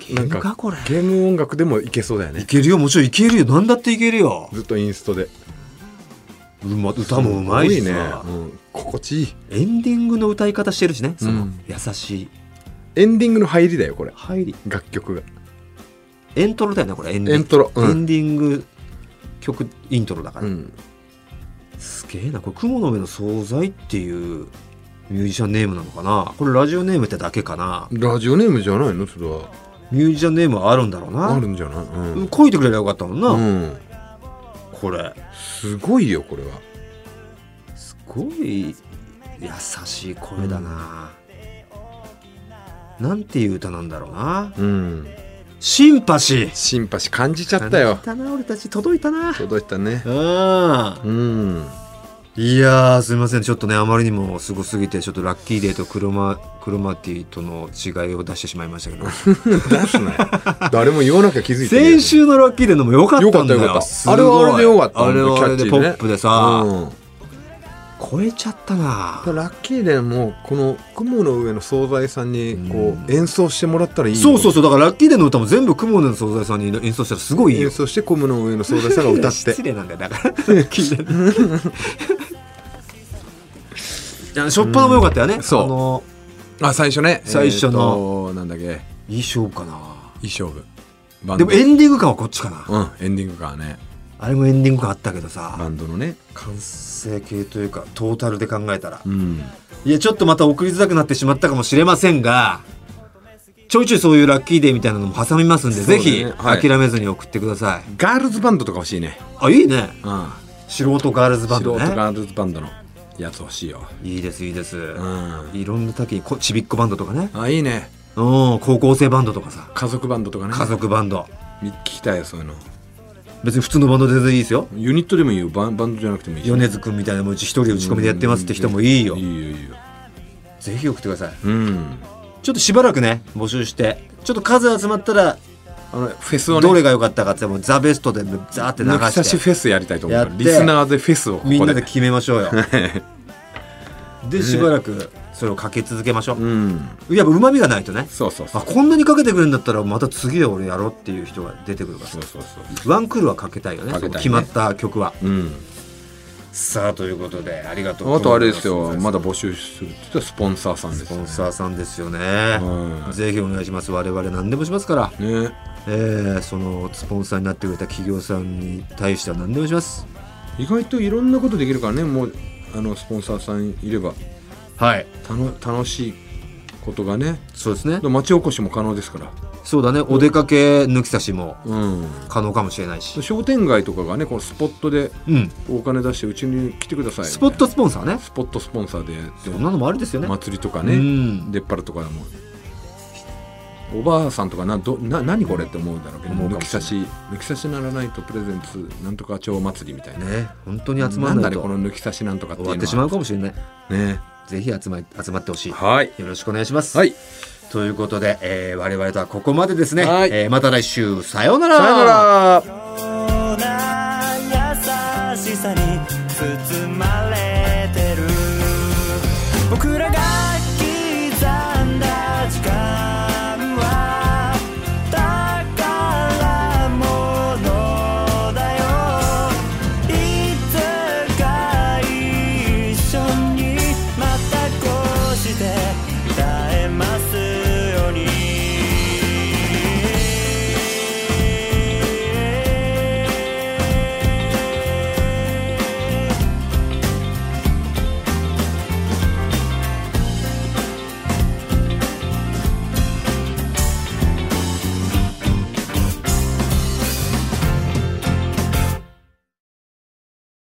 S1: ゲームかこれ
S2: ゲーム音楽でもいけそうだよね
S1: いけるよもちろんいけるよ何だっていけるよ
S2: ずっとインストで、
S1: ま、歌もうまいしね、
S2: うん、心地いい
S1: エンディングの歌い方してるしねその、優しい
S2: エンディングの入りだよこれ
S1: 入り
S2: 楽曲が
S1: エントロだよねこれエン
S2: エントロ、
S1: エンディング曲イントロだから、すげえなこれ「雲の上の惣菜」っていうミュージシャンネームなのかなこれラジオネームってだけかな
S2: ラジオネームじゃないのそれは
S1: ミュージシャンネームはあるんだろうな、
S2: あるんじゃない、うん
S1: 書いてくれりゃよかったもんな、
S2: うん、
S1: これ
S2: すごいよこれは
S1: すごい優しい声だな、うん、なんていう歌なんだろうな
S2: うん
S1: シンパシー
S2: シンパシー感じちゃったよ
S1: たな俺たち届いたな
S2: 届いたね
S1: うん
S2: うん
S1: いやすみませんちょっとねあまりにもすごすぎてちょっとラッキーデーとクロマクロマティとの違いを出してしまいました
S2: *laughs*
S1: けど
S2: 出すな
S1: *laughs*
S2: よ誰も言わなきゃ気づいて
S1: 先週のラッキーデーのもよかったんだよ
S2: よかったあれはあれでよかった
S1: あれはあれでポップでさ、ねうん超えちゃったな
S2: ラッキーでもこの雲の上の惣菜さんにこう演奏してもらったらいい、
S1: そうそうそうだからラッキーでの歌も全部雲の上の惣菜さんに演奏したらすごい
S2: 演奏して雲の上の惣菜さんが歌って
S1: *laughs* 失礼なんだよだからしょっぱなもよかったよね、
S2: そうあのあ最初ね
S1: 最初の、
S2: えー、なんだっけ
S1: いい勝負かない
S2: い勝負
S1: でもエンディング感はこっちかな
S2: うんエンディング感はね
S1: あれもエンディングがあったけどさ
S2: バンドのね
S1: 完成形というかトータルで考えたら、
S2: うん、
S1: いやちょっとまた送りづらくなってしまったかもしれませんがちょいちょいそういうラッキーデーみたいなのも挟みますんで、ね、ぜひ諦めずに送ってください、はい、
S2: ガールズバンドとか欲しいね
S1: あいいね、
S2: うん、
S1: 素人ガールズバンド
S2: 素人
S1: ね
S2: ガールズバンドのやつ欲しいよ
S1: いいですいいです、
S2: ん
S1: いろんな多岐にこちびっこバンドとかね
S2: あいいね
S1: うん高校生バンドとかさ
S2: 家族バンドとかね
S1: 家族バンド
S2: み聞きたいよそういうの
S1: 別に普通のバンドで全然いいですよ
S2: ユニットでもいいよバンバンドじゃなくてもいいよ
S1: 米津君みたいなもう一人打ち込みでやってますって人もいいよ
S2: いいよいいよ
S1: ぜひ送ってください
S2: うん
S1: ちょっとしばらくね募集してちょっと数集まったら
S2: あのフェスをね
S1: どれが良かったかってもうザベストでザーって流
S2: 抜き差し
S1: して
S2: フェスやりたいと思うから
S1: やって
S2: リスナーでフェスをここ
S1: みんなで決めましょうよでしばらくそれをかけ続けましょう、
S2: うん
S1: やっぱうまみがないとね
S2: そうそうそ
S1: あ
S2: う
S1: こんなにかけてくれるんだったらまた次は俺やろうっていう人が出てくるから
S2: そうそうそう
S1: ワンクールはかけたいよね
S2: かけたいね
S1: その決まった曲は
S2: うん
S1: さあということでありがとう
S2: あとあれですよま
S1: だ
S2: だ募集するって言ったらスポンサーさんです
S1: スポ
S2: よ
S1: ンサーさんですよね、
S2: は
S1: ぜひお願いします我々何でもしますから、
S2: ね
S1: えーそのスポンサーになってくれた企業さんに対しては何でもします
S2: 意外といろんなことできるからねもうあのスポンサーさんいれば
S1: はい
S2: たの楽しいことがね
S1: そうですね
S2: で町おこしも可能ですから
S1: そうだねお出かけ抜き差しも
S2: うん
S1: 可能かもしれないし
S2: 商店街とかがねこのスポットで
S1: うん
S2: お金出してうちに来てください
S1: スポットスポンサーね
S2: スポットスポンサーでやって
S1: そんなのもありですよね
S2: 祭りとか
S1: う
S2: ね
S1: ん
S2: 出っ張るとかもおばあさんとかなどな何これって思うだろうけど
S1: 思うか
S2: 抜
S1: も
S2: き
S1: しれ
S2: 差
S1: ない
S2: し抜き差しならないとプレゼンツなんとか町祭りみたいな
S1: ね本当に集ま
S2: なんん
S1: な
S2: だ
S1: い
S2: ね
S1: と
S2: この抜き差しなんとかってい
S1: 終わ
S2: うのは
S1: ってしまうかもしれない
S2: ね
S1: ぜひ集まり集まってほしい
S2: はい
S1: よろしくお願いします、
S2: はい
S1: ということで、えー、我々とはここまでですね、
S2: はい
S1: えーまた来週さようなら
S2: さよなら
S5: ような優しさに包まれてる僕らが